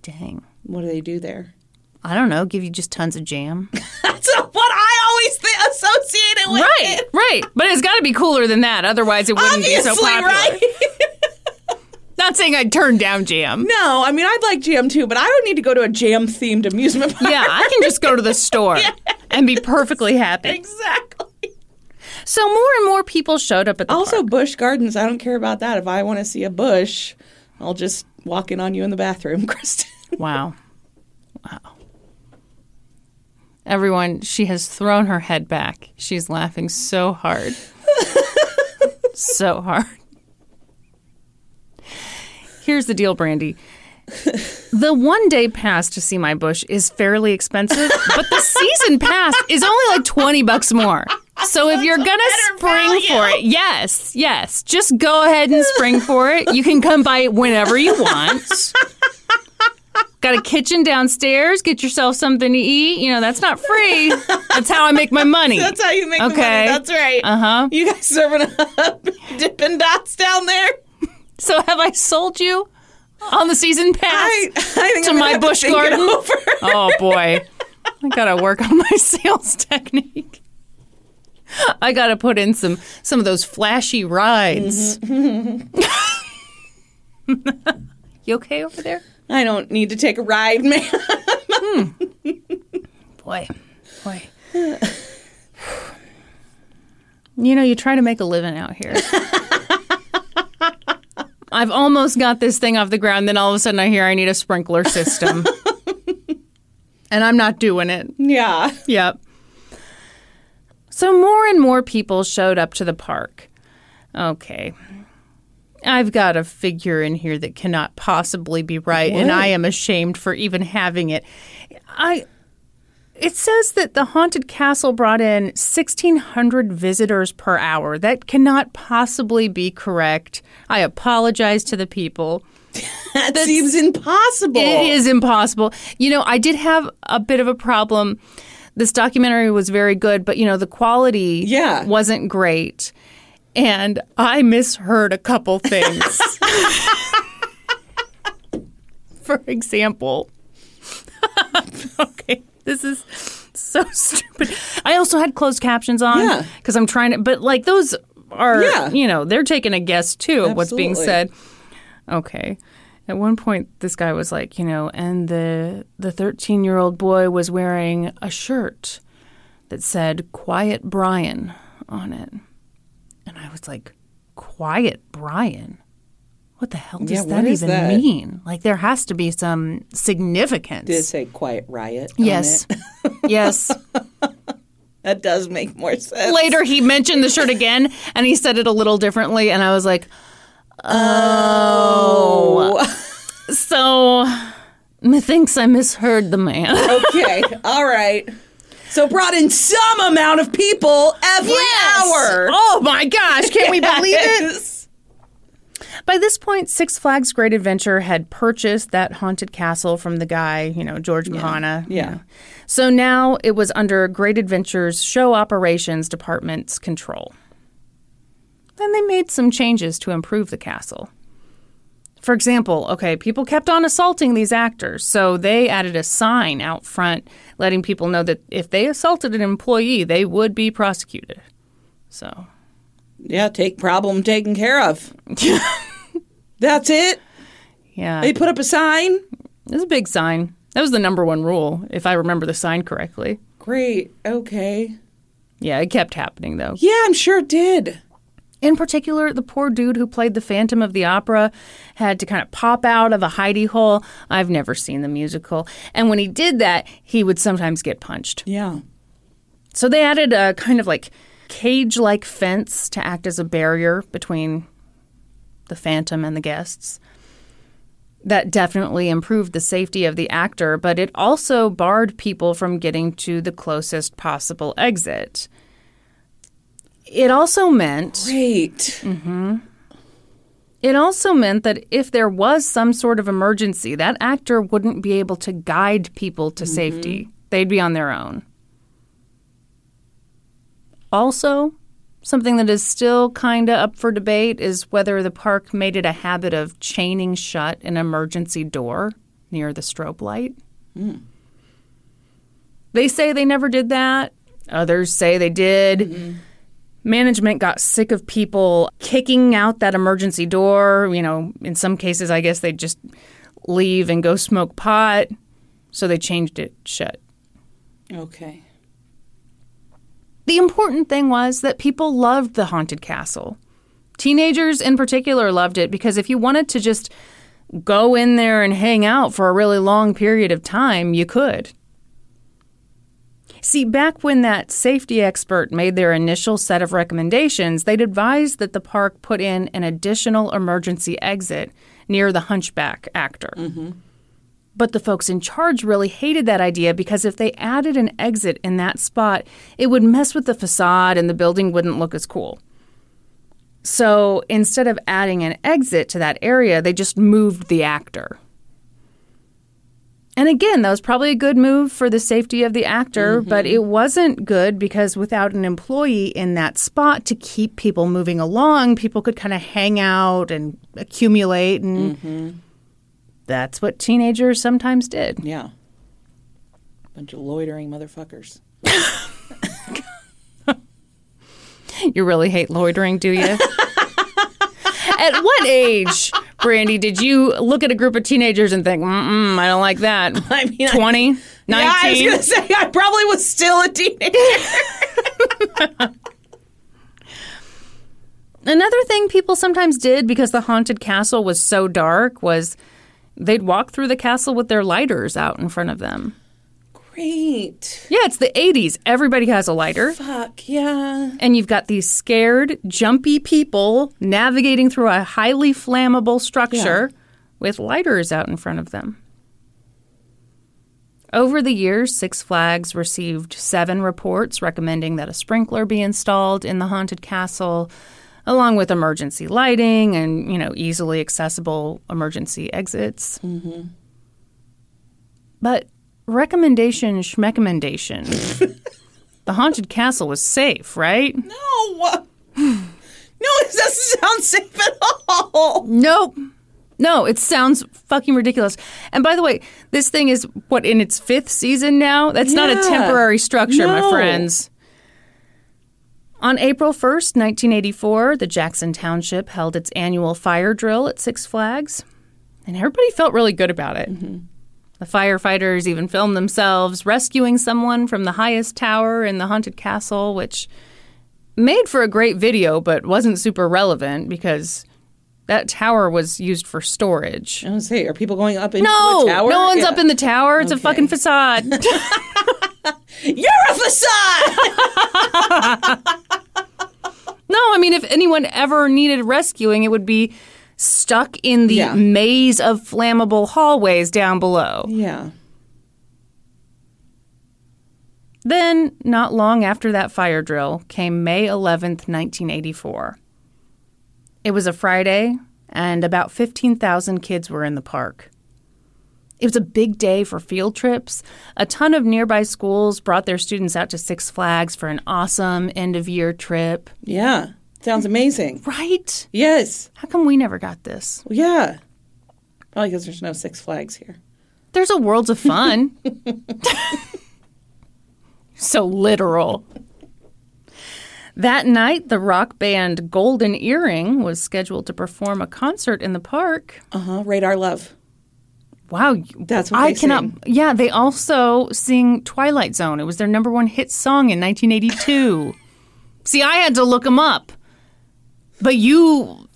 S1: Dang.
S2: What do they do there?
S1: I don't know. Give you just tons of jam.
S2: That's what I always th- associate it with.
S1: Right, right. But it's got to be cooler than that. Otherwise, it wouldn't
S2: Obviously,
S1: be so popular.
S2: right?
S1: Not saying I'd turn down jam.
S2: No, I mean, I'd like jam too, but I would need to go to a jam themed amusement park.
S1: Yeah, I can just go to the store and be perfectly happy.
S2: Exactly.
S1: So more and more people showed up at the
S2: Also,
S1: park.
S2: bush gardens. I don't care about that. If I want to see a bush, I'll just walk in on you in the bathroom, Kristen.
S1: Wow, wow. Everyone, she has thrown her head back. She's laughing so hard, so hard. Here's the deal, Brandy. The one day pass to see my bush is fairly expensive, but the season pass is only like 20 bucks more. So if you're going to spring for it, yes, yes, just go ahead and spring for it. You can come by it whenever you want. Got a kitchen downstairs. Get yourself something to eat. You know, that's not free. That's how I make my money.
S2: That's how you make the
S1: Okay.
S2: money. That's right.
S1: Uh huh.
S2: You guys serving up dipping dots down there.
S1: So have I sold you on the season pass?
S2: I, I think
S1: To
S2: I'm gonna
S1: my
S2: have to
S1: bush
S2: think it
S1: garden?
S2: over.
S1: oh boy i gotta work on my sales technique i gotta put in some some of those flashy rides you okay over there
S2: I don't need to take a ride, man.
S1: boy boy you know you try to make a living out here I've almost got this thing off the ground, then all of a sudden I hear I need a sprinkler system. and I'm not doing it.
S2: Yeah.
S1: Yep. So more and more people showed up to the park. Okay. I've got a figure in here that cannot possibly be right, and I am ashamed for even having it. I. It says that the haunted castle brought in 1,600 visitors per hour. That cannot possibly be correct. I apologize to the people.
S2: That seems impossible.
S1: It is impossible. You know, I did have a bit of a problem. This documentary was very good, but you know, the quality
S2: Yeah.
S1: wasn't great. And I misheard a couple things. For example, okay, this is so stupid. I also had closed captions on
S2: Yeah.
S1: because I'm trying to, but like those are,
S2: Yeah.
S1: you know, they're taking a guess too of what's being
S2: Absolutely.
S1: said okay at one point this guy was like you know and the the 13 year old boy was wearing a shirt that said quiet brian on it and i was like quiet brian what the hell does
S2: Yeah,
S1: that
S2: what is
S1: even
S2: that?
S1: mean like there has to be some significance
S2: Did it say quiet riot? on
S1: yes
S2: it?
S1: yes
S2: That does make more sense.
S1: later he mentioned the shirt again and he said it a little differently and i was like oh. So, methinks I misheard the man.
S2: okay, all right. So brought in some amount of people every hour.
S1: Oh my gosh, can we believe it?
S2: Yes.
S1: By this point, Six Flags Great Adventure had purchased that haunted castle from the guy, you know, George Mahana. you
S2: Yeah.
S1: know. So now it was under Great Adventure's show operations department's control. Then they made some changes to improve the castle. For example, okay, people kept on assaulting these actors, so they added a sign out front letting people know that if they assaulted an employee, they would be prosecuted. So,
S2: Yeah, take problem taken care of. That's it.
S1: yeah.
S2: They put up a sign.
S1: It was a big sign. That was the number one rule, if I remember the sign correctly.
S2: Great. Okay.
S1: Yeah, it kept happening though.
S2: Yeah, I'm sure it did.
S1: In particular, the poor dude who played the Phantom of the Opera had to kind of pop out of a hidey hole. I've never seen the musical. And when he did that, he would sometimes get punched.
S2: Yeah.
S1: So they added a kind of like cage like fence to act as a barrier between the phantom and the guests. That definitely improved the safety of the actor, but it also barred people from getting to the closest possible exit. It also meant
S2: Great.
S1: Mm. it also meant that if there was some sort of emergency, that actor wouldn't be able to guide people to safety. They'd be on their own. Also, something that is still kind of up for debate is whether the park made it a habit of chaining shut an emergency door near the strobe light. They say they never did that. Others say they did. Management got sick of people kicking out that emergency door. You know, in some cases, I guess they just leave and go smoke pot. So they changed it shut.
S2: Okay.
S1: The important thing was that people loved the haunted castle. Teenagers in particular loved it because if you wanted to just go in there and hang out for a really long period of time, you could. See, back when that safety expert made their initial set of recommendations, they'd advised that the park put in an additional emergency exit near the hunchback actor. But the folks in charge really hated that idea because if they added an exit in that spot, it would mess with the facade and the building wouldn't look as cool. So instead of adding an exit to that area, they just moved the actor. And again, that was probably a good move for the safety of the actor, but it wasn't good because without an employee in that spot to keep people moving along, people could kind of hang out and accumulate and that's what teenagers sometimes did.
S2: Yeah. Bunch of loitering motherfuckers.
S1: You really hate loitering, do you? at what age, Brandy, did you look at a group of teenagers and think, mm I don't like that?
S2: I mean,
S1: 20,
S2: I-
S1: 19?
S2: Yeah, I was gonna say I probably was still a teenager.
S1: Another thing people sometimes did because the haunted castle was so dark was they'd walk through the castle with their lighters out in front of them.
S2: Great.
S1: Yeah, it's the 80s. Everybody has a lighter.
S2: Fuck yeah.
S1: and you've got these scared, jumpy people navigating through a highly flammable structure with lighters out in front of them. Over the years, Six Flags received seven reports recommending that a sprinkler be installed in the haunted castle, along with emergency lighting and, you know, easily accessible emergency exits. But recommendation, schmecommendation. the haunted castle was safe, right?
S2: No. No, it doesn't sound safe at all.
S1: Nope. No, it sounds fucking ridiculous. And by the way, this thing is what in its fifth season now. That's not a
S2: Yeah.
S1: temporary structure, my
S2: No.
S1: friends. On April 1st, 1984, the Jackson Township held its annual fire drill at Six Flags, and everybody felt really good about it.
S2: Mm-hmm.
S1: The firefighters even filmed themselves rescuing someone from the highest tower in the haunted castle, which made for a great video but wasn't super relevant because that tower was used for storage.
S2: I was gonna say, are people going up into
S1: No,
S2: the tower?
S1: no one's
S2: Yeah.
S1: up in the tower. It's a
S2: Okay.
S1: fucking facade.
S2: You're a facade.
S1: No, I mean, if anyone ever needed rescuing, it would be stuck in the
S2: Yeah.
S1: maze of flammable hallways down below.
S2: Yeah.
S1: Then, not long after that fire drill, came May 11th, 1984. It was a Friday, and about 15,000 kids were in the park. It was a big day for field trips. A ton of nearby schools brought their students out to Six Flags for an awesome end of year trip.
S2: Yeah. Sounds amazing.
S1: Right?
S2: Yes.
S1: How come we never got this?
S2: Yeah. Probably because there's no Six Flags here.
S1: There's a world of fun. so literal. That night, the rock band Golden Earring was scheduled to perform a concert in the park.
S2: Uh huh. Radar Love.
S1: Wow, you-
S2: That's what
S1: I
S2: they
S1: cannot.
S2: sing.
S1: Yeah, they also sing Twilight Zone. It was their number one hit song in 1982. See, I had to look them up, but you.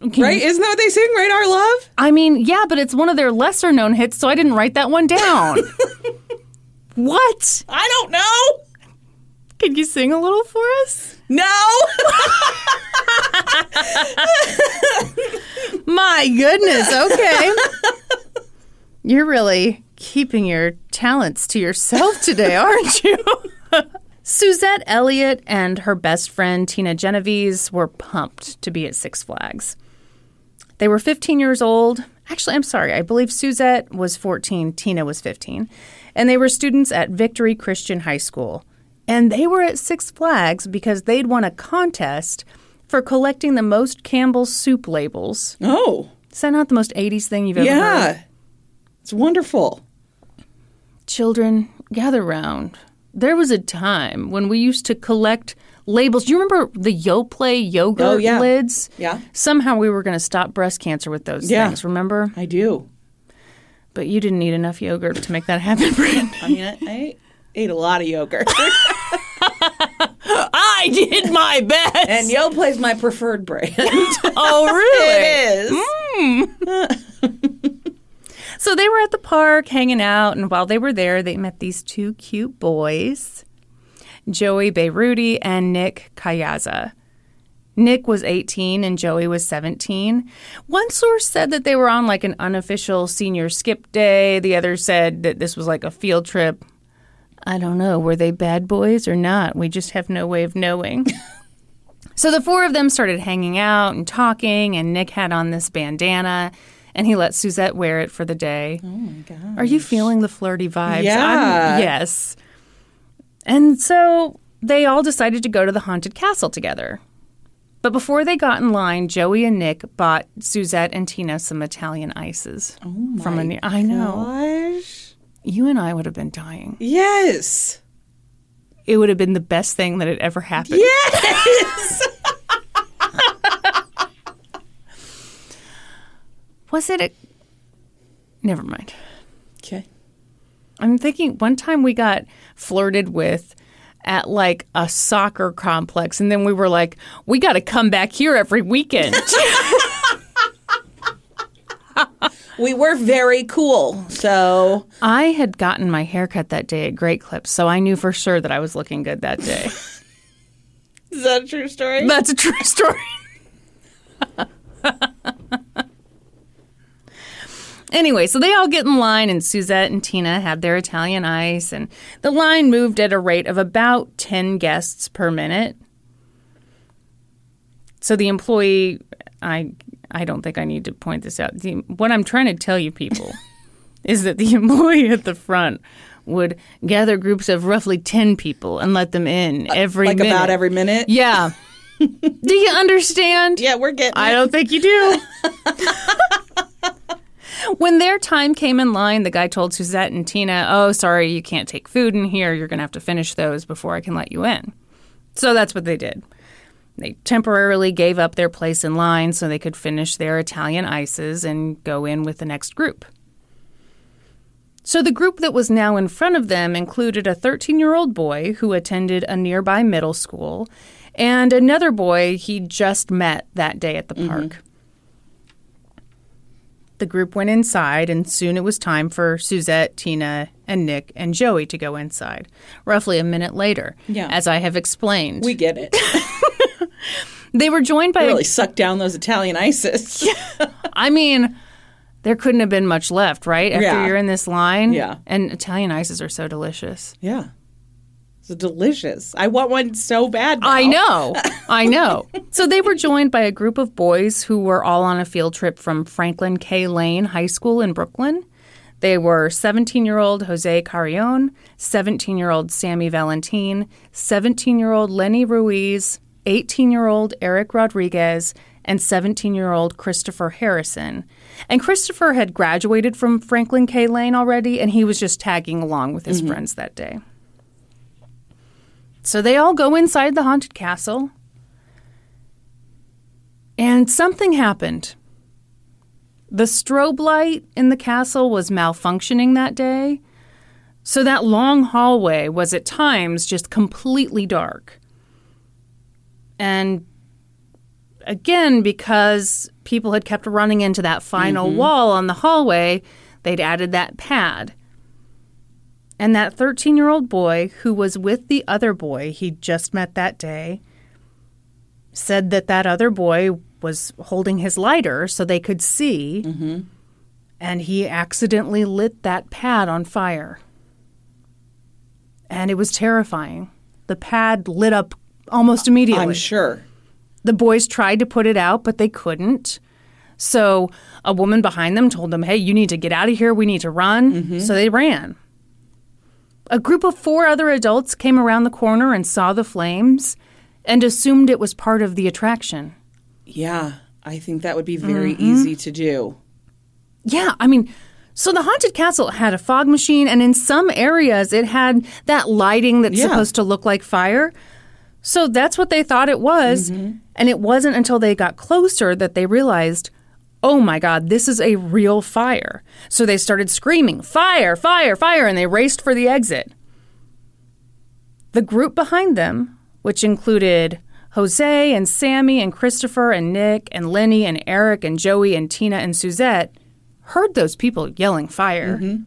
S1: can-
S2: Right? Isn't that what they sing? Radar Love?
S1: I mean, yeah, but it's one of their lesser known hits, so I didn't write that one down. what?
S2: I don't know.
S1: Can you sing a little for us?
S2: No.
S1: My goodness, okay. You're really keeping your talents to yourself today, aren't you? Suzette Elliott and her best friend Tina Genovese were pumped to be at Six Flags. They were 15 years old. Actually, I'm sorry. I believe Suzette was 14, Tina was 15, and they were students at Victory Christian High School. And they were at Six Flags because they'd won a contest for collecting the most Campbell's soup labels.
S2: oh.
S1: Is that not the most 80s thing you've ever heard?
S2: Yeah. It's wonderful.
S1: Children, gather round. There was a time when we used to collect labels. Do you remember the Yoplait yogurt
S2: Oh, yeah.
S1: lids?
S2: Yeah.
S1: Somehow we were going to stop breast cancer with those
S2: Yeah.
S1: things, remember?
S2: I do.
S1: But you didn't eat enough yogurt to make that happen, Brandy.
S2: I mean, I, I ate a lot of yogurt.
S1: I did my best.
S2: and Yoplait is my preferred brand. Mm.
S1: oh, really?
S2: it is.
S1: So they were at the park hanging out, and while they were there, they met these two cute boys, Joey Beiruti and Nick Kayaza. Nick was 18 and Joey was 17. One source said that they were on like an unofficial senior skip day. The other said that this was like a field trip. I don't know. Were they bad boys or not? We just have no way of knowing. So the four of them started hanging out and talking, and Nick had on this bandana, and he let Suzette wear it for the day. Oh my god! Are you feeling the flirty vibes?
S2: Yeah.
S1: yes. And so they all decided to go to the haunted castle together. But before they got in line, Joey and Nick bought Suzette and Tina some Italian ices from a. ne- I know
S2: Gosh.
S1: you and I would have been dying.
S2: Yes.
S1: It would have been the best thing that had ever happened.
S2: Yes.
S1: Was it a? Never mind.
S2: okay.
S1: I'm thinking one time we got flirted with at like a soccer complex, and then we were like, we got to come back here every weekend.
S2: We were very cool. So,
S1: I had gotten my haircut that day at Great Clips, so I knew for sure that I was looking good that day.
S2: is that a true story?
S1: That's a true story. anyway, so they all get in line, and Suzette and Tina had their Italian ice, and the line moved at a rate of about 10 guests per minute. So the employee, I, I don't think I need to point this out. The, what I'm trying to tell you people is that the employee at the front would gather groups of roughly 10 people and let them in every
S2: Uh, like
S1: minute.
S2: about every minute.
S1: Yeah. do you understand?
S2: Yeah, we're getting.
S1: I
S2: it.
S1: don't think you do. when their time came in line, the guy told Suzette and Tina, Oh, sorry, you can't take food in here. You're going to have to finish those before I can let you in. So that's what they did. They temporarily gave up their place in line so they could finish their Italian ices and go in with the next group. So the group that was now in front of them included a 13 year old boy who attended a nearby middle school and another boy he just met that day at the
S2: Mm-hmm.
S1: park. The group went inside, and soon it was time for Suzette, Tina, and Nick and Joey to go inside, roughly a minute later,
S2: Yeah.
S1: as I have explained.
S2: We get it.
S1: They were joined by. a-
S2: Really suck down those Italian ISIS.
S1: I mean, there couldn't have been much left, right? After
S2: Yeah.
S1: you're in this line.
S2: Yeah.
S1: And Italian ices are so delicious.
S2: yeah. It's delicious. I want one so bad.
S1: I
S2: now.
S1: know. I know. So they were joined by a group of boys who were all on a field trip from Franklin K. Lane High School in Brooklyn. They were 17 year old Jose Carrion, 17 year old Sammy Valentin, 17 year old Lenny Ruiz, 18 year old Eric Rodriguez, and 17 year old Christopher Harrison. And Christopher had graduated from Franklin K. Lane already, and he was just tagging along with his friends that day. So they all go inside the haunted castle. And something happened. The strobe light in the castle was malfunctioning that day. So that long hallway was at times just completely dark. And again, because people had kept running into that final wall on the hallway, they'd added that pad. And that 13 year old boy who was with the other boy he'd just met that day said that that other boy was holding his lighter so they could see. And he accidentally lit that pad on fire. And it was terrifying. The pad lit up almost immediately.
S2: I'm sure.
S1: The boys tried to put it out, but they couldn't. So a woman behind them told them, Hey, you need to get out of here. We need to run. So they ran. A group of four other adults came around the corner and saw the flames and assumed it was part of the attraction.
S2: Yeah. I think that would be very easy to do.
S1: Yeah, I mean, so the haunted castle had a fog machine, and in some areas it had that lighting that's
S2: Yeah.
S1: supposed to look like fire. So that's what they thought it was. And it wasn't until they got closer that they realized, oh my God, this is a real fire. So they started screaming, fire, fire, fire, and they raced for the exit. The group behind them, which included Jose and Sammy and Christopher and Nick and Lenny and Eric and Joey and Tina and Suzette, heard those people yelling fire.
S2: Mm-hmm.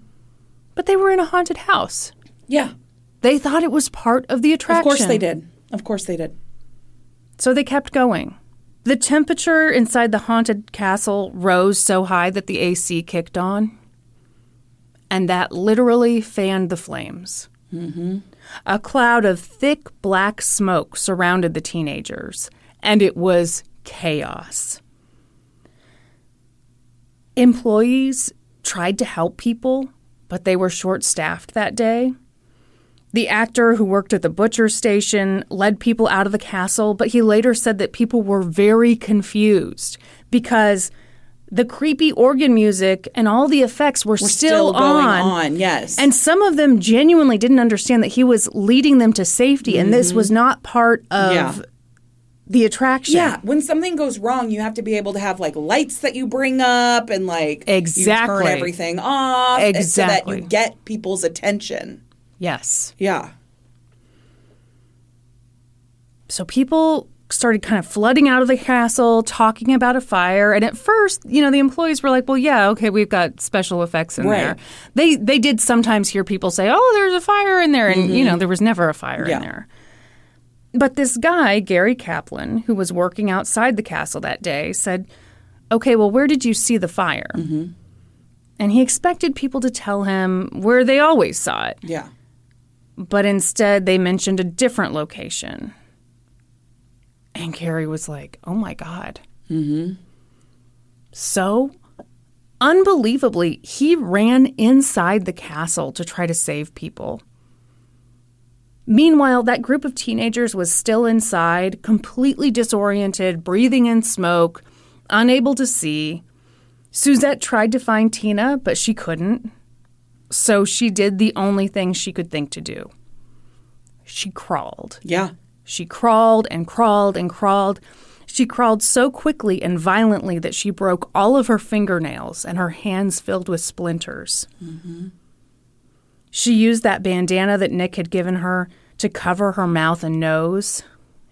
S1: But they were in a haunted house.
S2: Yeah.
S1: They thought it was part of the attraction.
S2: Of course they did. Of course they did.
S1: So they kept going. The temperature inside the haunted castle rose so high that the AC kicked on, and that literally fanned the flames. A cloud of thick black smoke surrounded the teenagers, and it was chaos. Employees tried to help people, but they were short staffed that day. The actor who worked at the butcher station led people out of the castle, but he later said that people were very confused because the creepy organ music and all the effects were, still,
S2: Still going on. Yes.
S1: and some of them genuinely didn't understand that he was leading them to safety, and this was not part of
S2: Yeah.
S1: the attraction.
S2: Yeah, when something goes wrong, you have to be able to have like lights that you bring up and like you
S1: Exactly.
S2: turn everything off and so
S1: Exactly.
S2: that you get people's attention.
S1: Yes.
S2: Yeah.
S1: So people started kind of flooding out of the castle, talking about a fire. And at first, you know, the employees were like, "Well, yeah, okay, we've got special effects in
S2: Right.
S1: there." They they did sometimes hear people say, "Oh, there's a fire in there," and you know, there was never a fire
S2: Mm-hmm. Yeah.
S1: in there. But this guy, Gary Kaplan, who was working outside the castle that day, said, Okay, well, where did you see the fire?
S2: Mm-hmm.
S1: And he expected people to tell him where they always saw it,
S2: Yeah.
S1: but instead they mentioned a different location. And Gary was like, Oh my God. Mm-hmm. So unbelievably, he ran inside the castle to try to save people. Meanwhile, that group of teenagers was still inside, completely disoriented, breathing in smoke, unable to see. Suzette tried to find Tina, but she couldn't. So she did the only thing she could think to do. She crawled.
S2: Yeah.
S1: She crawled and crawled and crawled. She crawled so quickly and violently that she broke all of her fingernails and her hands filled with splinters. She used that bandana that Nick had given her to cover her mouth and nose,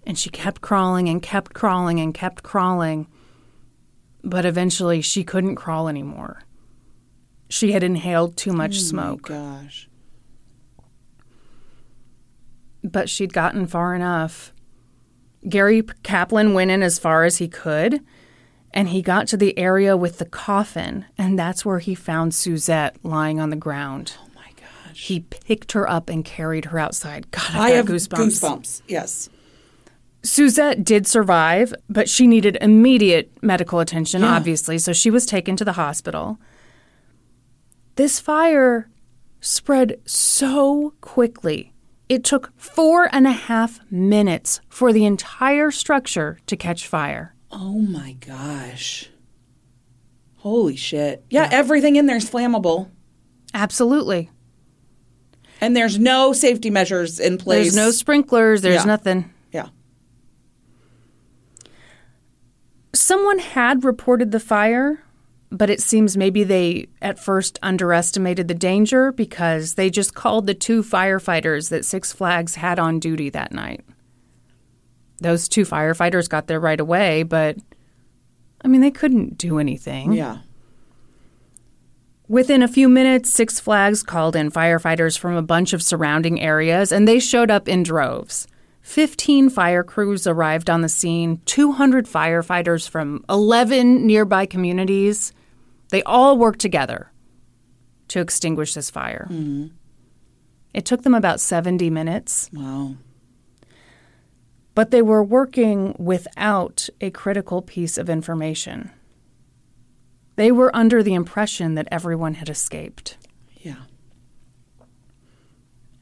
S1: and she kept crawling and kept crawling and kept crawling. But eventually, she couldn't crawl anymore. She had inhaled too much smoke.
S2: Gosh.
S1: But she'd gotten far enough Gary P- Kaplan went in as far as he could, and he got to the area with the coffin, and that's where he found Suzette lying on the ground.
S2: Oh my gosh.
S1: He picked her up and carried her outside. God, I,
S2: I
S1: got
S2: have
S1: goosebumps.
S2: goosebumps. Yes.
S1: Suzette did survive, but she needed immediate medical attention, obviously, so she was taken to the hospital. This fire spread so quickly. It took four and a half minutes for the entire structure to catch fire.
S2: Oh my gosh. Holy shit. Yeah, everything in there's flammable.
S1: Absolutely.
S2: And there's no safety measures in place.
S1: There's no sprinklers, there's
S2: Yeah.
S1: nothing.
S2: Yeah.
S1: Someone had reported the fire, but it seems maybe they at first underestimated the danger because they just called the two firefighters that Six Flags had on duty that night. Those two firefighters got there right away, but I mean, they couldn't do anything.
S2: Yeah.
S1: Within a few minutes, Six Flags called in firefighters from a bunch of surrounding areas and they showed up in droves. 15 fire crews arrived on the scene, 200 firefighters from 11 nearby communities. They all worked together to extinguish this fire. It took them about 70 minutes,
S2: Wow.
S1: but they were working without a critical piece of information. They were under the impression that everyone had escaped.
S2: Yeah.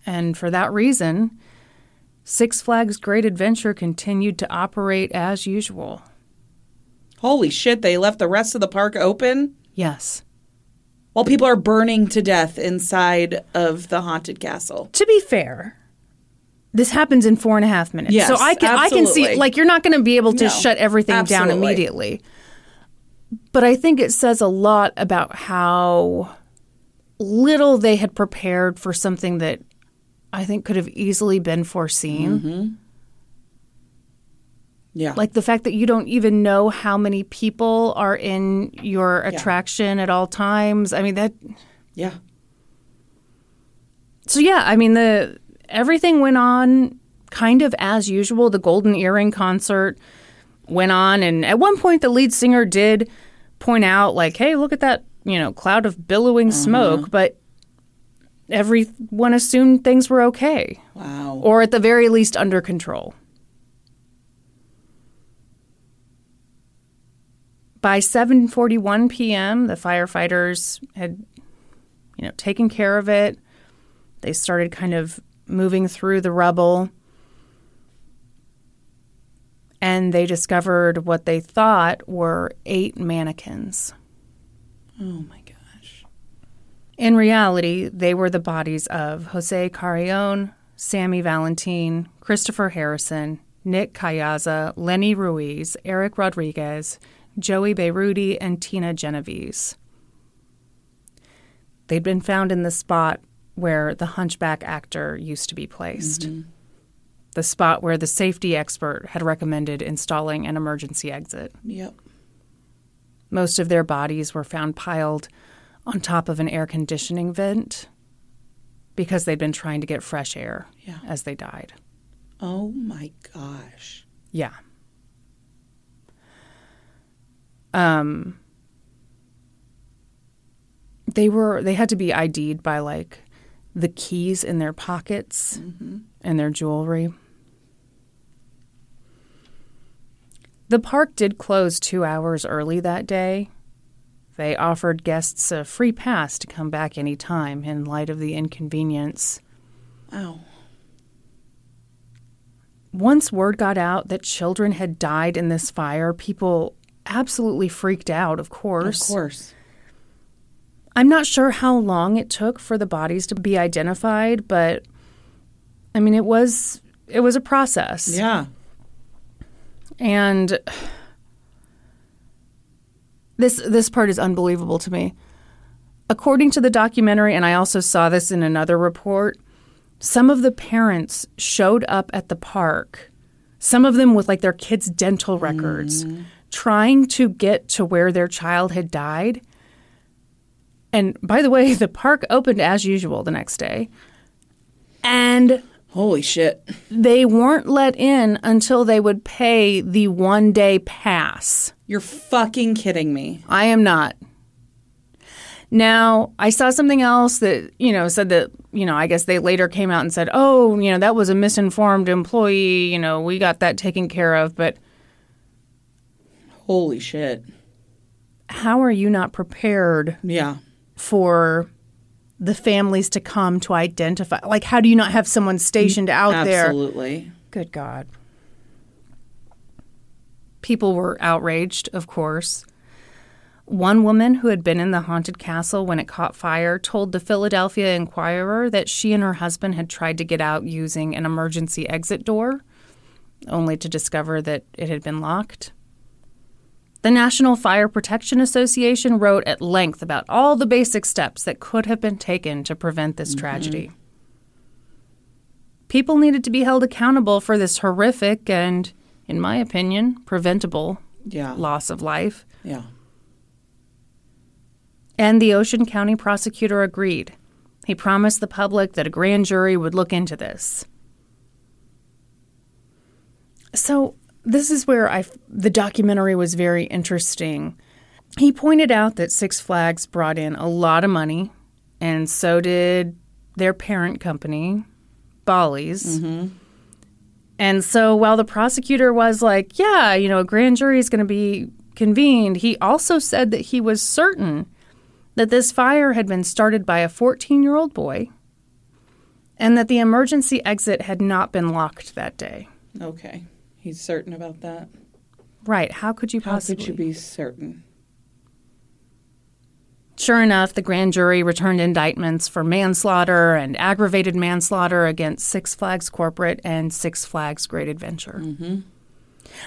S1: And for that reason, Six Flags Great Adventure continued to operate as usual.
S2: Holy shit, they left the rest of the park open
S1: Yes.
S2: while people are burning to death inside of the haunted castle.
S1: To be fair, this happens in four and a half minutes.
S2: Yes,
S1: so I can I can see
S2: absolutely.
S1: like you're not gonna be able to
S2: No,
S1: shut everything down
S2: absolutely.
S1: immediately. But I think it says a lot about how little they had prepared for something that I think could have easily been foreseen.
S2: Yeah.
S1: like the fact that you don't even know how many people are in your attraction at all times i mean that
S2: yeah.
S1: so yeah i mean the everything went on kind of as usual the golden earring concert went on and at one point the lead singer did point out like hey look at that you know cloud of billowing smoke but everyone assumed things were okay
S2: Wow.
S1: or at the very least under control. By 7:41 p.m., the firefighters had you know taken care of it. They started kind of moving through the rubble and they discovered what they thought were eight mannequins.
S2: Oh my gosh.
S1: In reality, they were the bodies of Jose Carrion, Sammy Valentin, Christopher Harrison, Nick Cayaza, Lenny Ruiz, Eric Rodriguez, Joey Beirudi, and Tina Genovese. They'd been found in the spot where the hunchback actor used to be placed, the spot where the safety expert had recommended installing an emergency exit.
S2: Yep.
S1: Most of their bodies were found piled on top of an air conditioning vent because they'd been trying to get fresh air
S2: Yeah.
S1: as they died.
S2: Oh my gosh.
S1: Yeah. Um, Um, they were they had to be ID'd by like the keys in their pockets and their jewelry. The park did close two hours early that day. They offered guests a free pass to come back any time in light of the inconvenience.
S2: Wow.
S1: Once word got out that children had died in this fire, people absolutely freaked out, of
S2: Of
S1: course.
S2: course.
S1: I'm not sure how long it took for the bodies to be identified, but I mean it was it was a process.
S2: Yeah.
S1: And this this part is unbelievable to me. According to the documentary, and I also saw this in another report, some of the parents showed up at the park, some of them with like their kids' dental records, trying to get to where their child had died. And by the way, the park opened as usual the next day. And
S2: Holy shit.
S1: They weren't let in until they would pay the one day pass.
S2: You're fucking kidding me.
S1: I am not. Now, I saw something else that, you know, said that, you know, I guess they later came out and said, oh, you know, that was a misinformed employee. You know, we got that taken care of. But
S2: Holy shit.
S1: how are you not prepared
S2: Yeah.
S1: for the families to come to identify? Like, how do you not have someone stationed out there?
S2: Absolutely.
S1: Good God. People were outraged, of course. One woman who had been in the haunted castle when it caught fire told the Philadelphia Inquirer that she and her husband had tried to get out using an emergency exit door, only to discover that it had been locked. The National Fire Protection Association wrote at length about all the basic steps that could have been taken to prevent this tragedy people needed to be held accountable for this horrific and, in my opinion, preventable
S2: Yeah.
S1: loss of life.
S2: Yeah.
S1: And the Ocean County prosecutor agreed. He promised the public that a grand jury would look into this. So, this is where I f- the documentary was very interesting. He pointed out that Six Flags brought in a lot of money, and so did their parent company, Bollies. And so while the prosecutor was like, yeah, you know, a grand jury is going to be convened, he also said that he was certain that this fire had been started by a 14 year old boy and that the emergency exit had not been locked that day.
S2: Okay. He's certain about that.
S1: Right. How could you
S2: How
S1: possibly?
S2: could you be certain?
S1: Sure enough, the grand jury returned indictments for manslaughter and aggravated manslaughter against Six Flags Corporate and Six Flags Great Adventure.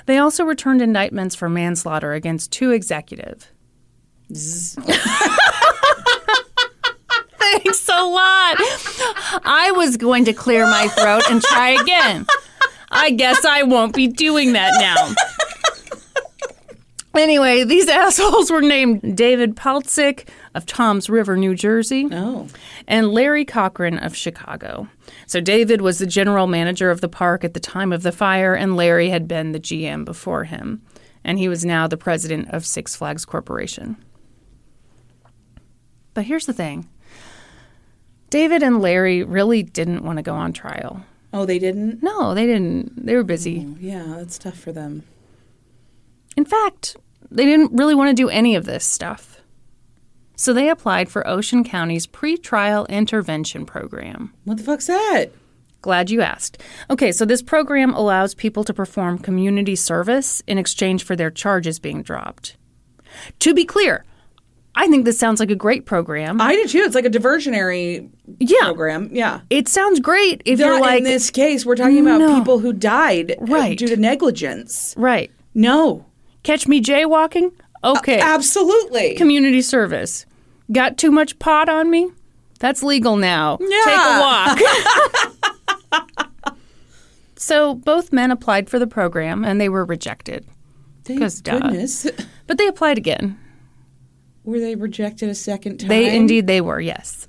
S1: They also returned indictments for manslaughter against two executive.
S2: Zzz.
S1: Thanks a lot. I was going to clear my throat and try again. I guess I won't be doing that now. Anyway, these assholes were named David Paltzik of Toms River, New Jersey.
S2: No.
S1: and Larry Cochran of Chicago. So David was the general manager of the park at the time of the fire, and Larry had been the GM before him. And he was now the president of Six Flags Corporation. But here's the thing David and Larry really didn't want to go on trial.
S2: Oh, they didn't?
S1: No, they didn't. They were busy.
S2: Yeah, that's tough for them.
S1: In fact, they didn't really want to do any of this stuff. So they applied for Ocean County's pretrial intervention program.
S2: What the fuck's that?
S1: Glad you asked. Okay, so this program allows people to perform community service in exchange for their charges being dropped. To be clear, I think this sounds like a great program.
S2: I do too. It's like a diversionary
S1: Yeah.
S2: program. Yeah.
S1: It sounds great if
S2: Not
S1: you're like
S2: in this case, we're talking about
S1: No.
S2: people who died uh,
S1: Right.
S2: due to negligence.
S1: right.
S2: No.
S1: Catch me jaywalking? Okay.
S2: Uh, Absolutely.
S1: community service. Got too much pot on me? That's legal now.
S2: Yeah.
S1: Take a walk. so both men applied for the program and they were rejected.
S2: Thank
S1: 'cause duh.
S2: goodness.
S1: But they applied again.
S2: Were they rejected a second time?
S1: They indeed they were, yes.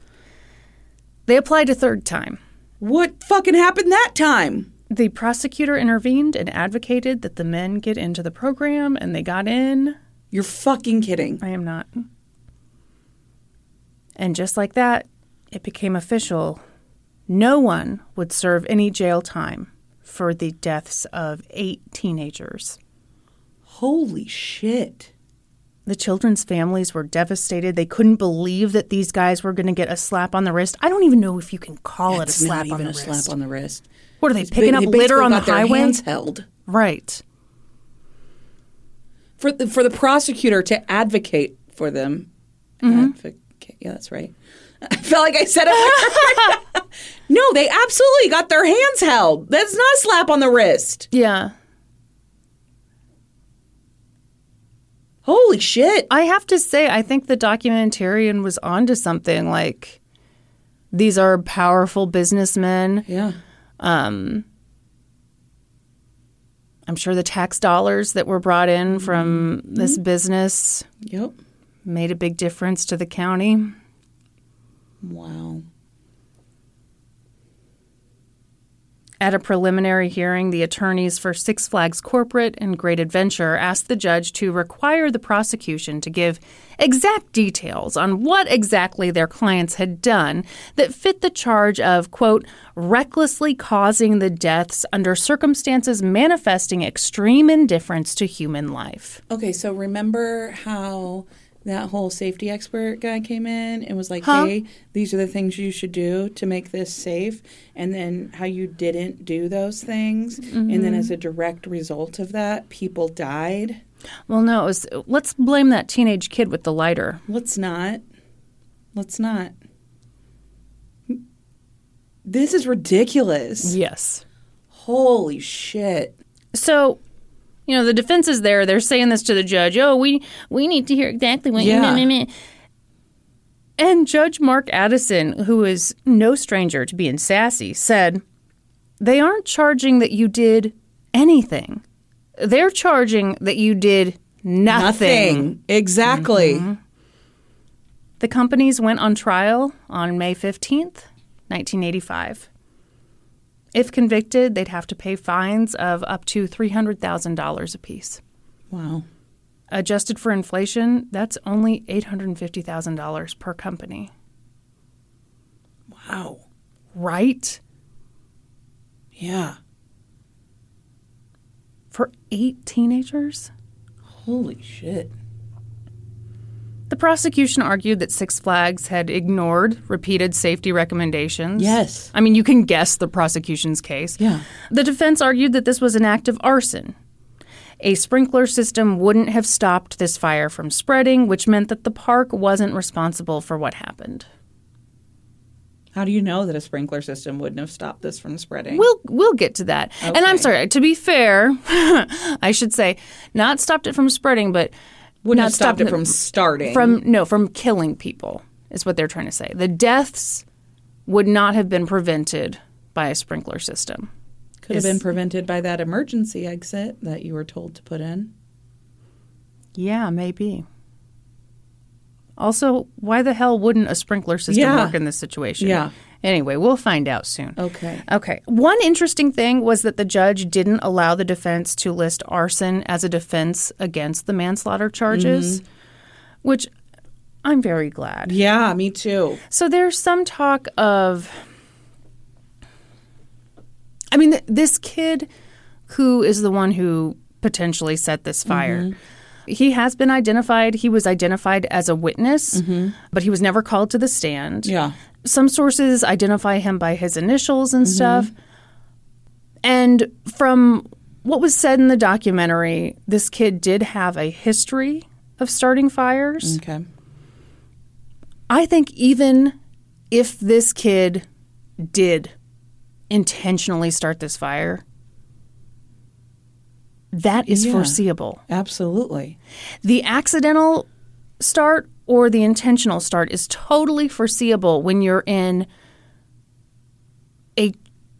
S1: They applied a third time.
S2: What fucking happened that time?
S1: The prosecutor intervened and advocated that the men get into the program and they got in.
S2: You're fucking kidding.
S1: I am not. And just like that, it became official. No one would serve any jail time for the deaths of eight teenagers.
S2: Holy shit.
S1: The children's families were devastated. They couldn't believe that these guys were going to get a slap on the wrist. I don't even know if you can call
S2: It's
S1: it a slap
S2: not
S1: on the
S2: even a
S1: wrist.
S2: slap on the wrist.
S1: What are they
S2: It's
S1: picking
S2: ba-
S1: up
S2: they
S1: litter
S2: basically
S1: on the
S2: got their
S1: highway?
S2: hands held
S1: Right.
S2: for the, for the prosecutor to advocate for them. Advocate, yeah, that's right. I felt like I said it. no, they absolutely got their hands held. That's not a slap on the wrist.
S1: Yeah.
S2: Holy shit!
S1: I have to say, I think the documentarian was onto something. Like, these are powerful businessmen.
S2: Yeah,
S1: I'm sure the tax dollars that were brought in from this business
S2: yep.
S1: made a big difference to the county.
S2: Wow.
S1: At a preliminary hearing, the attorneys for Six Flags Corporate and Great Adventure asked the judge to require the prosecution to give exact details on what exactly their clients had done that fit the charge of, quote, recklessly causing the deaths under circumstances manifesting extreme indifference to human life.
S2: Okay, so remember how that whole safety expert guy came in and was like,
S1: Huh?
S2: "Hey, these are the things you should do to make this safe," and then how you didn't do those things, and then as a direct result of that, people died.
S1: Well, no, it was, let's blame that teenage kid with the lighter.
S2: Let's not. Let's not. This is ridiculous.
S1: Yes.
S2: Holy shit.
S1: So, you know, the defense is there. They're saying this to the judge. Oh, we we need to hear exactly what you
S2: Yeah.
S1: meant. And Judge Mark Addison, who is no stranger to being sassy, said, "They aren't charging that you did anything. They're charging that you did nothing.
S2: Exactly.
S1: The companies went on trial on May 15th, 1985. If convicted, they'd have to pay fines of up to $300,000 apiece.
S2: Wow.
S1: Adjusted for inflation, that's only $850,000 per company,
S2: Wow.
S1: right?
S2: Yeah.
S1: For eight teenagers?
S2: Holy shit.
S1: The prosecution argued that Six Flags had ignored repeated safety recommendations.
S2: Yes.
S1: I mean, you can guess the prosecution's case.
S2: Yeah.
S1: The defense argued that this was an act of arson. A sprinkler system wouldn't have stopped this fire from spreading, which meant that the park wasn't responsible for what happened.
S2: How do you know that a sprinkler system wouldn't have stopped this from spreading?
S1: We'll we'll get to that. And I'm sorry. To be fair, I should say not stopped it from spreading, but
S2: wouldn't
S1: not
S2: have stopped it
S1: the-
S2: from starting.
S1: from no from killing people is what they're trying to say. The deaths would not have been prevented by a sprinkler system.
S2: could have been prevented by that emergency exit that you were told to put in.
S1: Yeah, maybe. Also, why the hell wouldn't a sprinkler system
S2: Yeah.
S1: work in this situation?
S2: Yeah.
S1: Anyway, we'll find out soon.
S2: Okay.
S1: Okay. One interesting thing was that the judge didn't allow the defense to list arson as a defense against the manslaughter charges,
S2: Mm-hmm.
S1: which I'm very glad.
S2: Yeah, me too.
S1: So there's some talk of. I mean, th- this kid who is the one who potentially set this fire. He has been identified. He was identified as a witness, but he was never called to the stand.
S2: Yeah.
S1: Some sources identify him by his initials and stuff. And from what was said in the documentary, this kid did have a history of starting fires.
S2: Okay.
S1: I think even if this kid did intentionally start this fire, that is
S2: Yeah.
S1: foreseeable.
S2: Absolutely.
S1: The accidental start or the intentional start is totally foreseeable when you're in a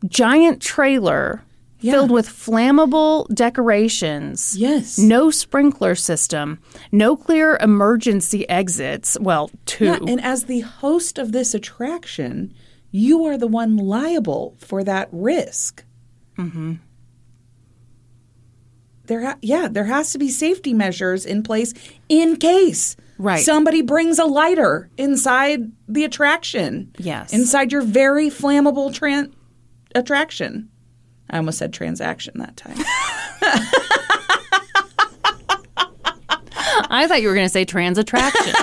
S1: giant trailer filled with flammable decorations.
S2: Yes.
S1: No sprinkler system, no clear emergency exits. Well, two.
S2: Yeah, and as the host of this attraction, you are the one liable for that risk. Mm-hmm. There, ha- yeah, there has to be safety measures in place in case
S1: Right.
S2: somebody brings a lighter inside the attraction.
S1: Yes.
S2: inside your very flammable tran- attraction. I almost said transaction that time.
S1: I thought you were going to say trans attraction.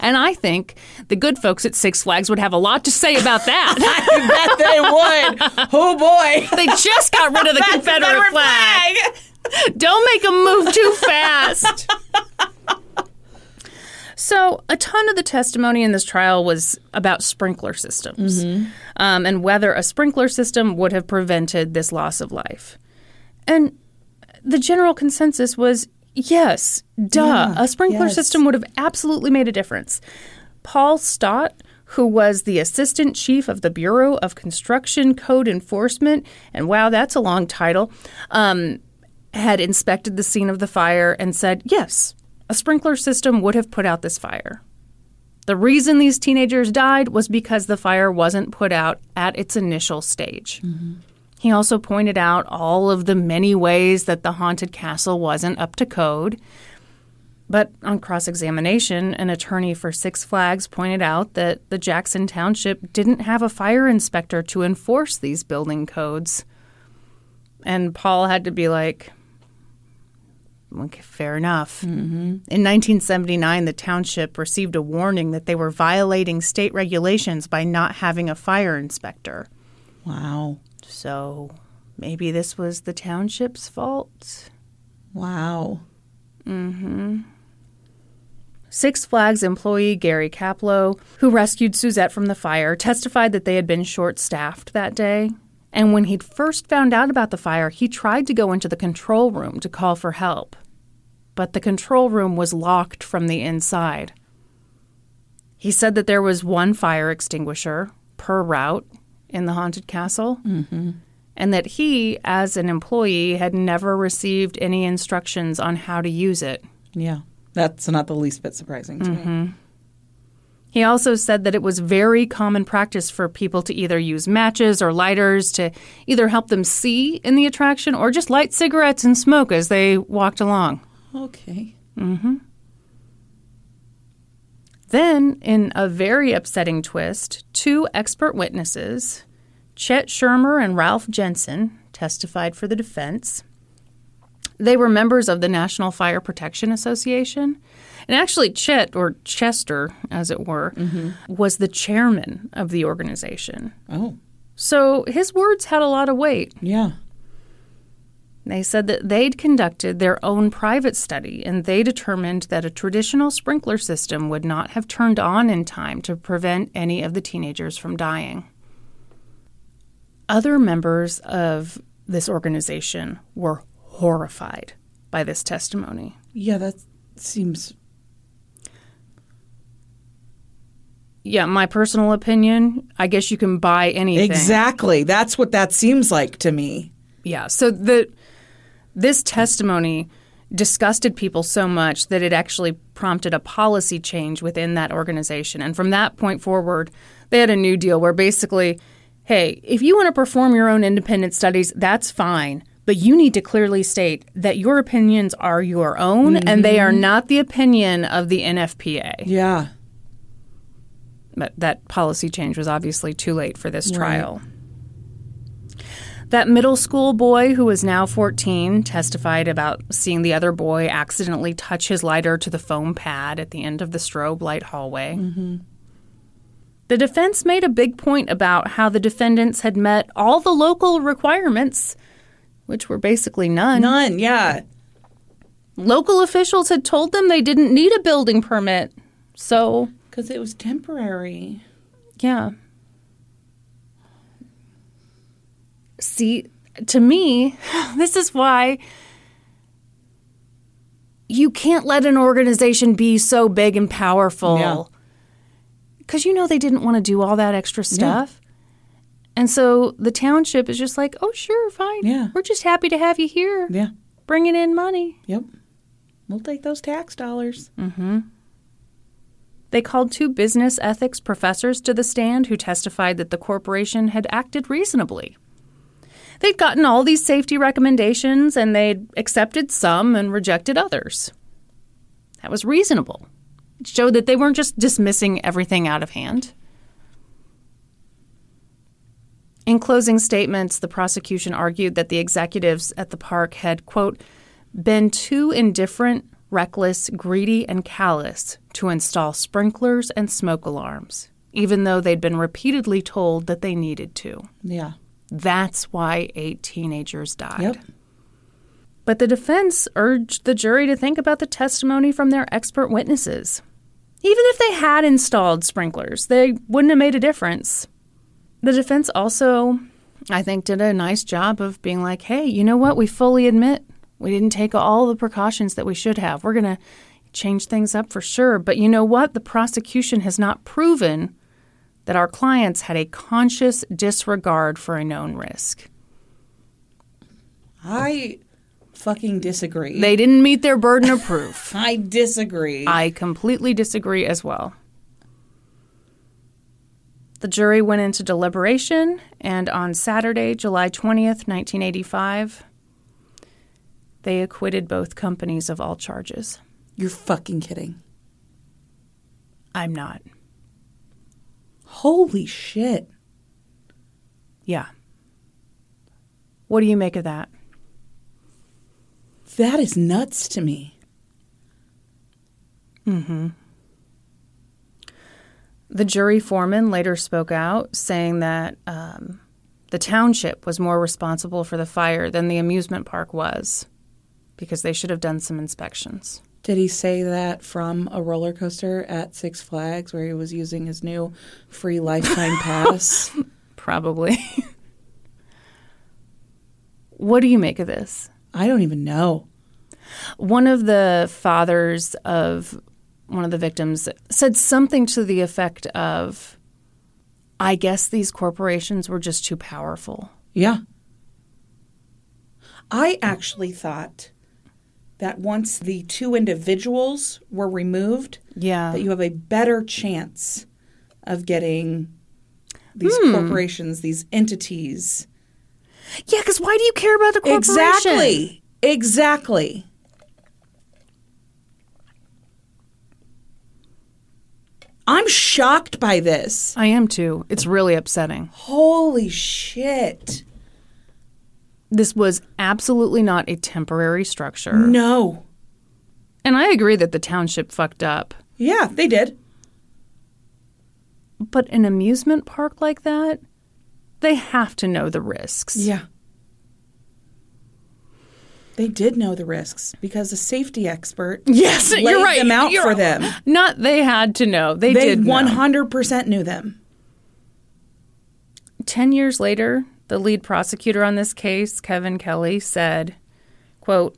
S1: and I think the good folks at Six Flags would have a lot to say about that.
S2: I bet they would. Oh boy,
S1: they just got rid of the Confederate, flag. Don't make them move too fast. So, a ton of the testimony in this trial was about sprinkler systems um, and whether a sprinkler system would have prevented this loss of life. And the general consensus was yes, duh, a sprinkler
S2: yes.
S1: system would have absolutely made a difference. Paul Stott, who was the assistant chief of the Bureau of Construction Code Enforcement, and wow, that's a long title, um, had inspected the scene of the fire and said, yes, a sprinkler system would have put out this fire. The reason these teenagers died was because the fire wasn't put out at its initial stage. He also pointed out all of the many ways that the haunted castle wasn't up to code. But on cross examination, an attorney for Six Flags pointed out that the Jackson Township didn't have a fire inspector to enforce these building codes. And Paul had to be like, Okay, fair enough. In 1979, the township received a warning that they were violating state regulations by not having a fire inspector.
S2: Wow.
S1: So maybe this was the township's fault?
S2: Wow.
S1: Six Flags employee Gary Kaplow, who rescued Suzette from the fire, testified that they had been short staffed that day. And when he'd first found out about the fire, he tried to go into the control room to call for help. But the control room was locked from the inside. He said that there was one fire extinguisher per route in the haunted castle, and that he, as an employee, had never received any instructions on how to use it.
S2: Yeah. That's not the least bit surprising to me.
S1: He also said that it was very common practice for people to either use matches or lighters to either help them see in the attraction or just light cigarettes and smoke as they walked along.
S2: Okay.
S1: Then, in a very upsetting twist, two expert witnesses, Chet Shermer and Ralph Jensen, testified for the defense. They were members of the National Fire Protection Association. And actually, Chet, or Chester, as it were, was the chairman of the organization.
S2: Oh,
S1: So his words had a lot of weight.
S2: yeah.
S1: They said that they'd conducted their own private study and they determined that a traditional sprinkler system would not have turned on in time to prevent any of the teenagers from dying. Other members of this organization were horrified by this testimony.
S2: Yeah, that seems.
S1: Yeah, my personal opinion, I guess you can buy anything.
S2: Exactly. That's what that seems like to me.
S1: Yeah. So the this testimony disgusted people so much that it actually prompted a policy change within that organization. And from that point forward, they had a new deal where basically, hey, if you want to perform your own independent studies, that's fine. But you need to clearly state that your opinions are your own and they are not the opinion of the NFPA.
S2: Yeah.
S1: But that policy change was obviously too late for this trial. That middle school boy who is now 14 testified about seeing the other boy accidentally touch his lighter to the foam pad at the end of the strobe light hallway. The defense made a big point about how the defendants had met all the local requirements, which were basically none.
S2: None. Yeah.
S1: Local officials had told them they didn't need a building permit. So,
S2: Because it was temporary.
S1: Yeah. See, to me, this is why you can't let an organization be so big and powerful. Because you know they didn't want to do all that extra stuff. And so the township is just like, oh, sure, fine.
S2: Yeah.
S1: We're just happy to have you here,
S2: Yeah.
S1: bringing in money.
S2: Yep. We'll take those tax dollars.
S1: They called two business ethics professors to the stand who testified that the corporation had acted reasonably. They'd gotten all these safety recommendations and they'd accepted some and rejected others. That was reasonable. It showed that they weren't just dismissing everything out of hand. In closing statements, the prosecution argued that the executives at the park had, quote, been too indifferent, reckless, greedy, and callous to install sprinklers and smoke alarms, even though they'd been repeatedly told that they needed to.
S2: Yeah.
S1: That's why eight teenagers died.
S2: Yep.
S1: But the defense urged the jury to think about the testimony from their expert witnesses. Even if they had installed sprinklers, they wouldn't have made a difference. The defense also, I think, did a nice job of being like, hey, you know what? We fully admit we didn't take all the precautions that we should have. We're going to change things up for sure. But you know what? The prosecution has not proven that our clients had a conscious disregard for a known risk.
S2: I fucking disagree.
S1: They didn't meet their burden of proof.
S2: I disagree.
S1: I completely disagree as well. The jury went into deliberation, and on Saturday, July 20th, 1985, they acquitted both companies of all charges.
S2: You're fucking kidding.
S1: I'm not.
S2: Holy shit.
S1: Yeah. What do you make of that?
S2: That is nuts to me.
S1: The jury foreman later spoke out, saying that um, the township was more responsible for the fire than the amusement park was because they should have done some inspections.
S2: Did he say that from a roller coaster at Six Flags where he was using his new free lifetime pass?
S1: Probably. what do you make of this?
S2: I don't even know.
S1: one of the fathers of one of the victims said something to the effect of I guess these corporations were just too powerful.
S2: Yeah. I actually thought that once the two individuals were removed,
S1: Yeah.
S2: that you have a better chance of getting these corporations, these entities.
S1: yeah, because why do you care about the corporation?
S2: Exactly. Exactly. I'm shocked by this.
S1: I am too. It's really upsetting.
S2: Holy shit.
S1: This was absolutely not a temporary structure.
S2: No.
S1: And I agree that the township fucked up.
S2: Yeah, they did.
S1: But an amusement park like that, they have to know the risks.
S2: Yeah. They did know the risks because a safety expert
S1: Yes,
S2: laid
S1: you're right.
S2: them out
S1: You're-
S2: for them.
S1: Not they had to know. They,
S2: They
S1: did know.
S2: 100% knew them.
S1: 10 years later, the lead prosecutor on this case, Kevin Kelly, said, quote,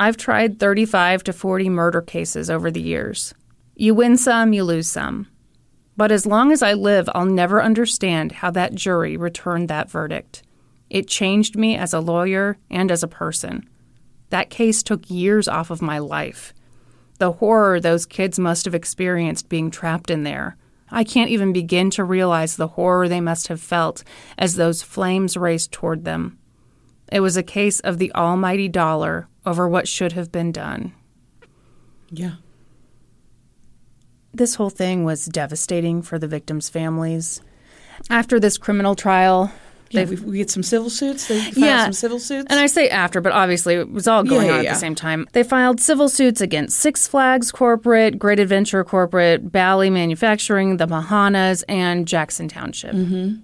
S1: I've tried 35 to 40 murder cases over the years. You win some, you lose some. But as long as I live, I'll never understand how that jury returned that verdict. It changed me as a lawyer and as a person. That case took years off of my life. The horror those kids must have experienced being trapped in there. I can't even begin to realize the horror they must have felt as those flames raced toward them. It was a case of the almighty dollar over what should have been done.
S2: Yeah.
S1: This whole thing was devastating for the victims' families. After this criminal trial,
S2: yeah we, we get some civil suits. They filed some civil suits.
S1: And I say after, but obviously it was all going
S2: Yeah, yeah,
S1: on at
S2: yeah.
S1: the same time. They filed civil suits against Six Flags Corporate, Great Adventure Corporate, Bally Manufacturing, the Mahanas, and Jackson Township.
S2: Mm-hmm.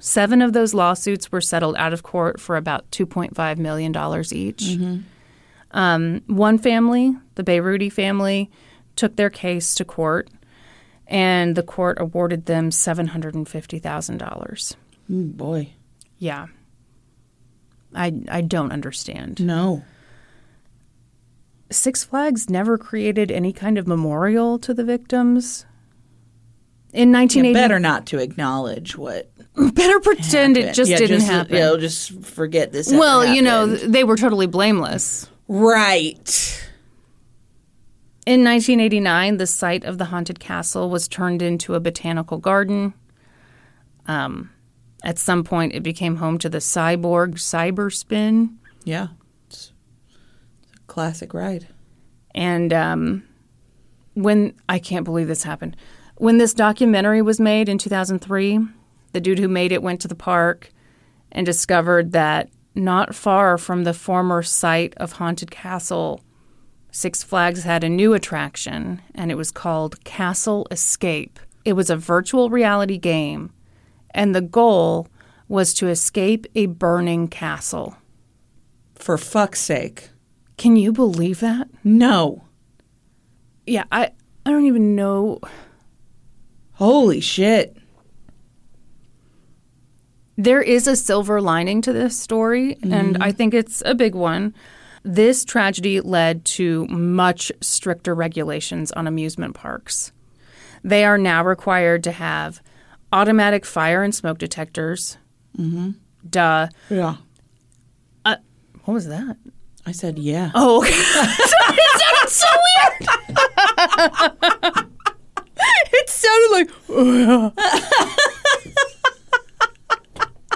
S1: Seven of those lawsuits were settled out of court for about $2.5 million each.
S2: Mm-hmm.
S1: Um, one family, the Beiruti family, took their case to court, and the court awarded them $750,000.
S2: Mm, boy.
S1: Yeah. I, I don't understand.
S2: No.
S1: Six Flags never created any kind of memorial to the victims. In
S2: You
S1: 1980,
S2: better not to acknowledge what
S1: better, pretend it just
S2: Yeah,
S1: didn't
S2: just,
S1: happen.
S2: You know, just forget this. ever
S1: well, you know,
S2: happened.
S1: th- they were totally blameless.
S2: right?
S1: In 1989, the site of the haunted castle was turned into a botanical garden. Um, at some point, it became home to the cyborg cyberspin.
S2: Yeah, it's, it's a classic ride.
S1: And um, when I can't believe this happened, when this documentary was made in 2003, the dude who made it went to the park and discovered that not far from the former site of Haunted Castle, Six Flags had a new attraction, and it was called Castle Escape. It was a virtual reality game, and the goal was to escape a burning castle.
S2: For fuck's sake,
S1: Can you believe that?
S2: no!
S1: Yeah, I, I don't even know
S2: Holy shit!
S1: There is a silver lining to this story, and I think it's a big one. This tragedy led to much stricter regulations on amusement parks. They are now required to have automatic fire and smoke detectors. Mm-hmm. Duh. Uh,
S2: Yeah,
S1: What was that?
S2: I said yeah.
S1: Oh, it sounded so weird. it sounded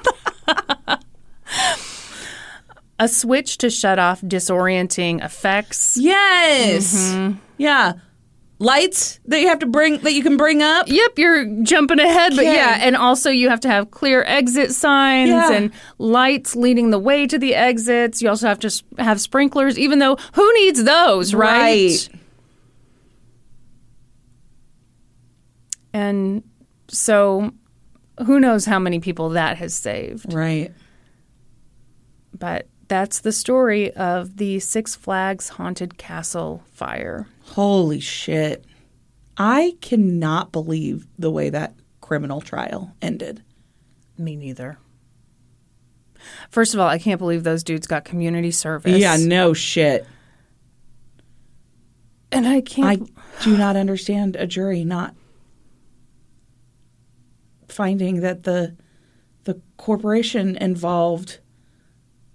S1: like. a switch to shut off disorienting effects.
S2: Yes.
S1: Mm-hmm.
S2: Yeah. Lights that you have to bring that you can bring up.
S1: Yep, you're jumping ahead, but
S2: Okay.
S1: yeah, and also you have to have clear exit signs
S2: Yeah.
S1: and lights leading the way to the exits. You also have to s- have sprinklers, even though who needs those, right?
S2: Right.
S1: And so who knows how many people that has saved.
S2: Right.
S1: But that's the story of the Six Flags Haunted Castle fire.
S2: Holy shit. I cannot believe the way that criminal trial ended.
S1: Me neither. First of all, I can't believe those dudes got community service.
S2: Yeah, no shit.
S1: And I
S2: I
S1: can't
S2: do not understand a jury not finding that the the corporation involved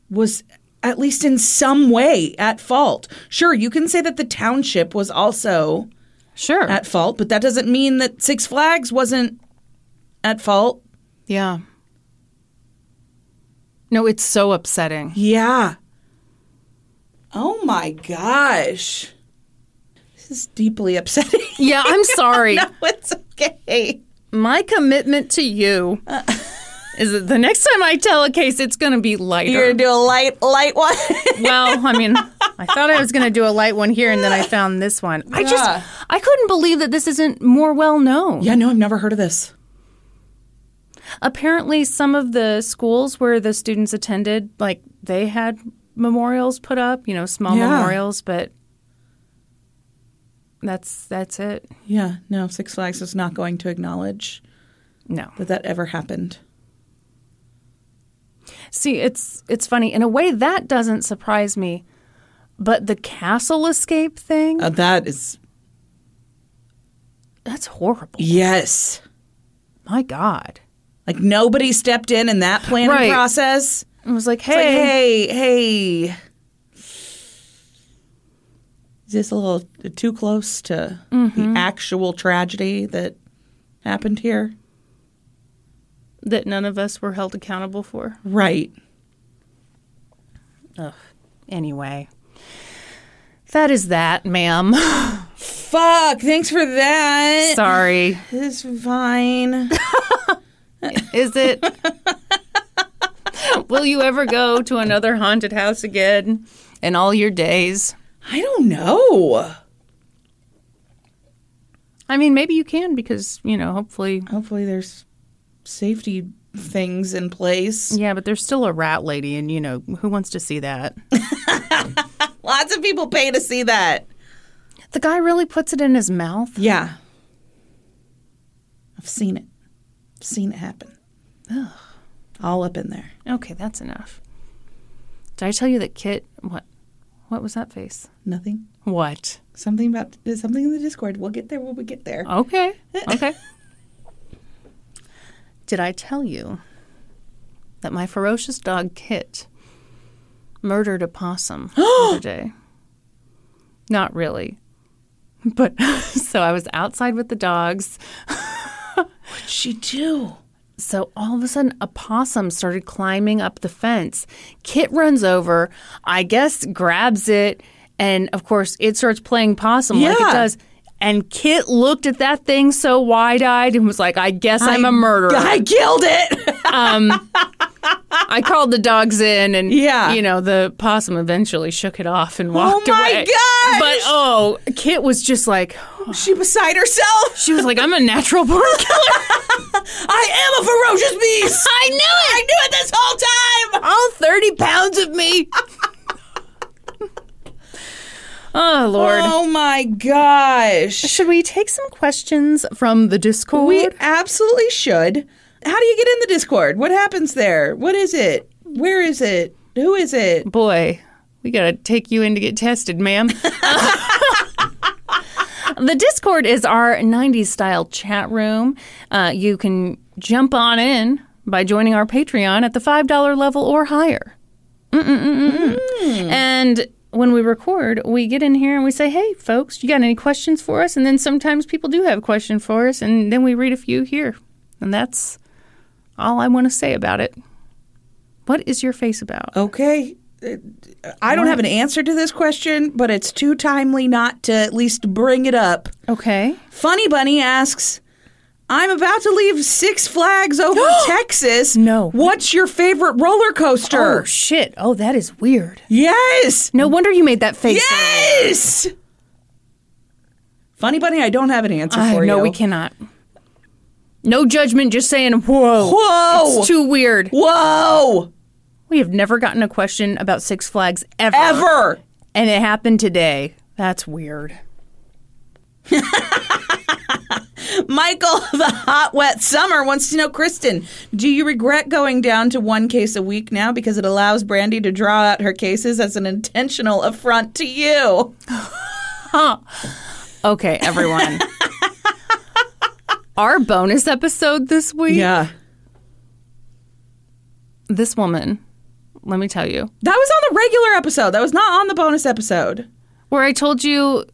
S2: was at least in some way at fault. Sure, you can say that the township was also
S1: Sure.
S2: at fault, but that doesn't mean that Six Flags wasn't at fault.
S1: yeah. No, it's so upsetting.
S2: Yeah. Oh my gosh. This is deeply upsetting.
S1: Yeah, I'm sorry.
S2: no, it's okay.
S1: My commitment to you is that the next time I tell a case, it's going to be
S2: You're
S1: lighter.
S2: gonna do a light light one.
S1: well, I mean, I thought I was going to do a light one here, and then I found this one. I
S2: Yeah.
S1: just, I couldn't believe that this isn't more well known.
S2: yeah, no, I've never heard of this.
S1: Apparently, some of the schools where the students attended, like they had memorials put up, you know, small
S2: Yeah.
S1: memorials, but that's that's it.
S2: Yeah, no, Six Flags is not going to acknowledge
S1: No.
S2: that that ever happened.
S1: See, it's it's funny in a way that doesn't surprise me, but the castle escape thing,
S2: Uh, that is
S1: that's horrible.
S2: yes.
S1: My god.
S2: Like nobody stepped in in that planning
S1: Right.
S2: process.
S1: It was like,
S2: It's like,
S1: "Hey,
S2: hey, hey, is this a little too close to the actual tragedy that happened here?
S1: that none of us were held accountable for."
S2: Right.
S1: Ugh. Anyway, that is that, ma'am.
S2: Fuck. Thanks for that.
S1: Sorry.
S2: It's fine.
S1: Is it? Will you ever go to another haunted house again in all your days?
S2: I don't know.
S1: I mean, maybe you can because, you know, hopefully.
S2: Hopefully, there's safety things in place.
S1: Yeah, but there's still a rat lady, and, you know, who wants to see that?
S2: Lots of people pay to see that.
S1: The guy really puts it in his mouth.
S2: Yeah. I've seen it. I've seen it happen. All up in there.
S1: Okay, that's enough. Did I tell you that Kit. What? What was that face?
S2: Nothing.
S1: What?
S2: Something about there's something in the Discord. We'll get there when we get there.
S1: Okay. Okay. Did I tell you that my ferocious dog Kit murdered a possum the other day? Not really. But so I was outside with the dogs. Oh,
S2: What'd she do?
S1: So all of a sudden, a possum started climbing up the fence. Kit runs over, I guess, grabs it, and of course, it starts playing possum like
S2: Yeah.
S1: it does. And Kit looked at that thing so wide eyed and was like, I guess I'm a murderer.
S2: I killed it.
S1: I called the dogs in, and
S2: Yeah. Oh
S1: you know, the possum eventually shook it off and walked
S2: my
S1: away.
S2: gosh!
S1: But oh, Kit was just like,
S2: she beside herself.
S1: she was like, I'm a natural born killer.
S2: I am a ferocious beast.
S1: I knew it.
S2: I knew it this whole time.
S1: all 30 pounds of me. oh, Lord.
S2: Oh my gosh.
S1: Should we take some questions from the Discord?
S2: We absolutely should. How do you get in the Discord? What happens there? What is it? Where is it? Who is it?
S1: Boy, we got to take you in to get tested, ma'am. the Discord is our 90s style chat room. Uh, you can jump on in by joining our Patreon at the $5 level or higher. Mm-mm-mm-mm. And when we record, we get in here and we say, hey, folks, you got any questions for us? And then sometimes people do have a question for us, and then we read a few here. And that's all I want to say about it. What is your face about?
S2: Okay. Uh, I don't have an answer to this question, but it's too timely not to at least bring it up.
S1: Okay.
S2: Funny Bunny asks, I'm about to leave Six Flags over Texas.
S1: No.
S2: What's your favorite roller coaster?
S1: Oh shit. Oh, that is weird.
S2: yes.
S1: No wonder you made that face.
S2: Yes. Funny Bunny, I don't have an answer
S1: Ah,
S2: for you.
S1: no, we cannot. No judgment, just saying, whoa.
S2: Whoa.
S1: It's too weird.
S2: Whoa.
S1: We have never gotten a question about Six Flags ever.
S2: Ever.
S1: And it happened today. That's weird.
S2: Michael, the hot, wet summer, wants to know Kristen, do you regret going down to one case a week now because it allows Brandy to draw out her cases as an intentional affront to you?
S1: Okay, everyone. Our bonus episode this week.
S2: Yeah.
S1: This woman, let me tell you,
S2: That was on the regular episode. That was not on the bonus episode.
S1: where I told you.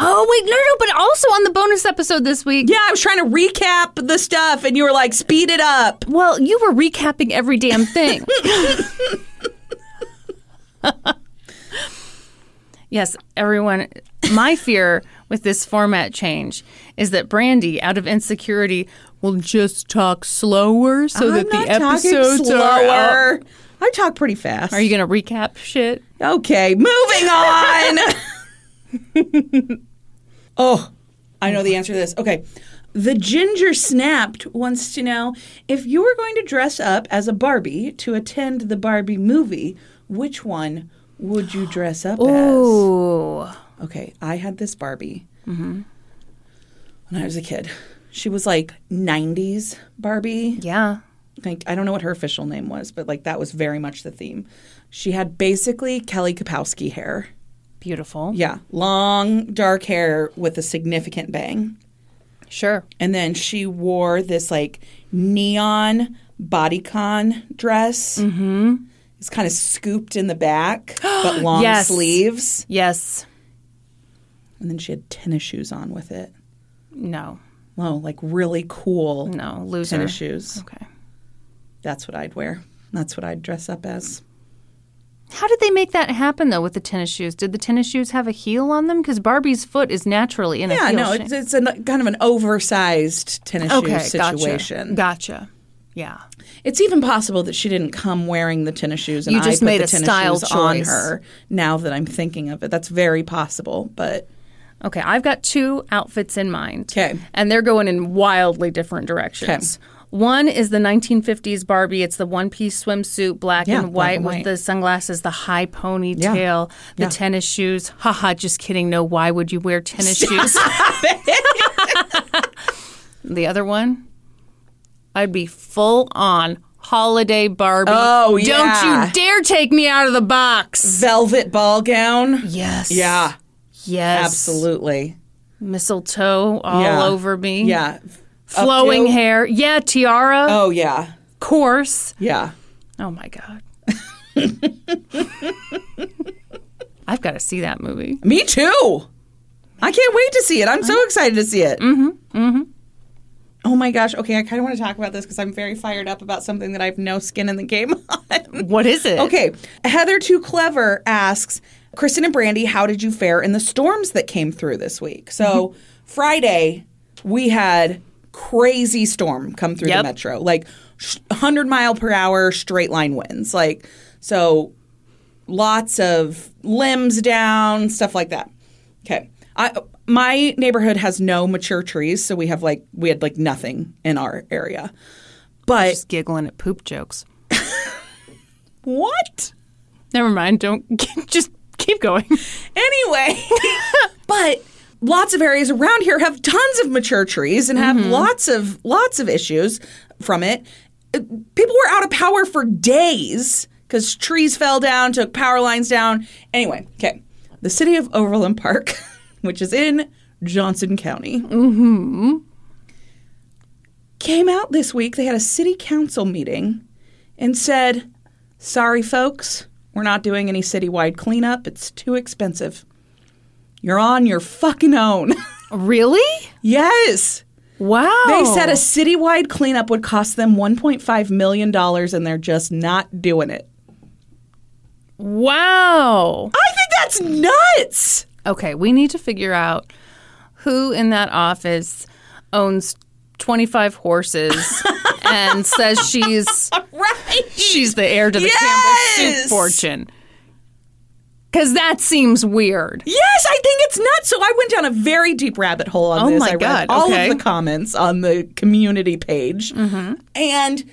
S1: Oh, wait, no, no, but also on the bonus episode this week.
S2: Yeah, I was trying to recap the stuff, and you were like, speed it up.
S1: Well, you were recapping every damn thing. yes, everyone. My fear with this format change is that Brandy, out of insecurity, will just talk slower so that the episodes are. out.
S2: slower. I talk pretty fast.
S1: Are you going to recap shit?
S2: okay, moving on. oh, I know the answer to this. Okay. The Ginger Snapped wants to know if you were going to dress up as a Barbie to attend the Barbie movie, which one would you dress up as?
S1: Ooh.
S2: okay, I had this Barbie when I was a kid. She was like 90s Barbie.
S1: Yeah.
S2: Like, I don't know what her official name was, but like that was very much the theme. She had basically Kelly Kapowski hair.
S1: Beautiful.
S2: Yeah, long dark hair with a significant bang.
S1: Sure.
S2: And then she wore this like neon bodycon dress. Mm-hmm. It's kind of scooped in the back, but long
S1: Yes.
S2: sleeves.
S1: Yes.
S2: And then she had tennis shoes on with it.
S1: No.
S2: Low, like really cool
S1: No. Loser.
S2: tennis shoes.
S1: Okay.
S2: That's what I'd wear. That's what I'd dress up as.
S1: How did they make that happen though with the tennis shoes? Did the tennis shoes have a heel on them? Because Barbie's foot is naturally in a
S2: Yeah,
S1: heel.
S2: no,
S1: shape.
S2: it's, it's a kind of an oversized tennis
S1: okay,
S2: shoe situation.
S1: Gotcha. gotcha. Yeah.
S2: It's even possible that she didn't come wearing the tennis shoes, and
S1: You just
S2: I put
S1: made
S2: the
S1: a
S2: tennis
S1: style
S2: shoes on
S1: choice.
S2: her. Now that I'm thinking of it, that's very possible. But
S1: Okay, I've got two outfits in mind.
S2: 'Kay.
S1: And they're going in wildly different directions. One is the 1950s Barbie. It's the one piece swimsuit, black,
S2: Yeah,
S1: and,
S2: black
S1: white,
S2: and white.
S1: with the sunglasses, the high ponytail, the
S2: Yeah.
S1: tennis shoes. Haha, just kidding. No, why would you wear tennis shoes? the other one, I'd be full on holiday Barbie.
S2: Oh,
S1: Don't
S2: yeah.
S1: you dare take me out of the box.
S2: velvet ball gown,
S1: Yes.
S2: yeah,
S1: Yes.
S2: absolutely,
S1: Mistletoe all
S2: Yeah.
S1: over me.
S2: yeah, Up
S1: flowing
S2: to-
S1: hair. Yeah, tiara,
S2: Oh yeah,
S1: course.
S2: yeah.
S1: Oh my god. I've got to see that movie.
S2: Me too. I can't wait to see it. I'm so excited to see it. Mm-hmm. Mm-hmm. Oh my gosh. Okay, I kind of want to talk about this because I'm very fired up about something that I have no skin in the game on.
S1: What is it?
S2: Okay. Heather Too Clever asks Kristen and Brandy, how did you fare in the storms that came through this week? So
S1: Mm-hmm.
S2: Friday, we had crazy storm come through the
S1: Yep.
S2: metro, like sh- 100 mile per hour straight line winds. Like, so lots of limbs down, stuff like that. Okay. I, my neighborhood has no mature trees, so we have like we had like nothing in our area. But
S1: Just giggling at poop jokes.
S2: what?
S1: Never mind. Don't just keep going.
S2: Anyway, but lots of areas around here have tons of mature trees and have lots of lots of issues from it. Uh, People were out of power for days because trees fell down, took power lines down. Anyway, okay, the city of Overland Park, which is in Johnson County, came out this week. They had a city council meeting and said, Sorry, folks, we're not doing any citywide cleanup. It's too expensive. You're on your fucking own.
S1: Really?
S2: yes.
S1: Wow.
S2: They said a citywide cleanup would cost them $1.5 million and they're just not doing it.
S1: Wow.
S2: I think that's nuts.
S1: Okay, we need to figure out who in that office owns 25 horses and says she's
S2: Right.
S1: she's the heir to the Campbell
S2: Yes!
S1: soup fortune. Cuz that seems weird.
S2: Yes, I think it's nuts. So I went down a very deep rabbit hole on
S1: Oh
S2: this.
S1: my
S2: I read
S1: God,
S2: all
S1: okay. Mm-hmm.
S2: of the comments on the community page, and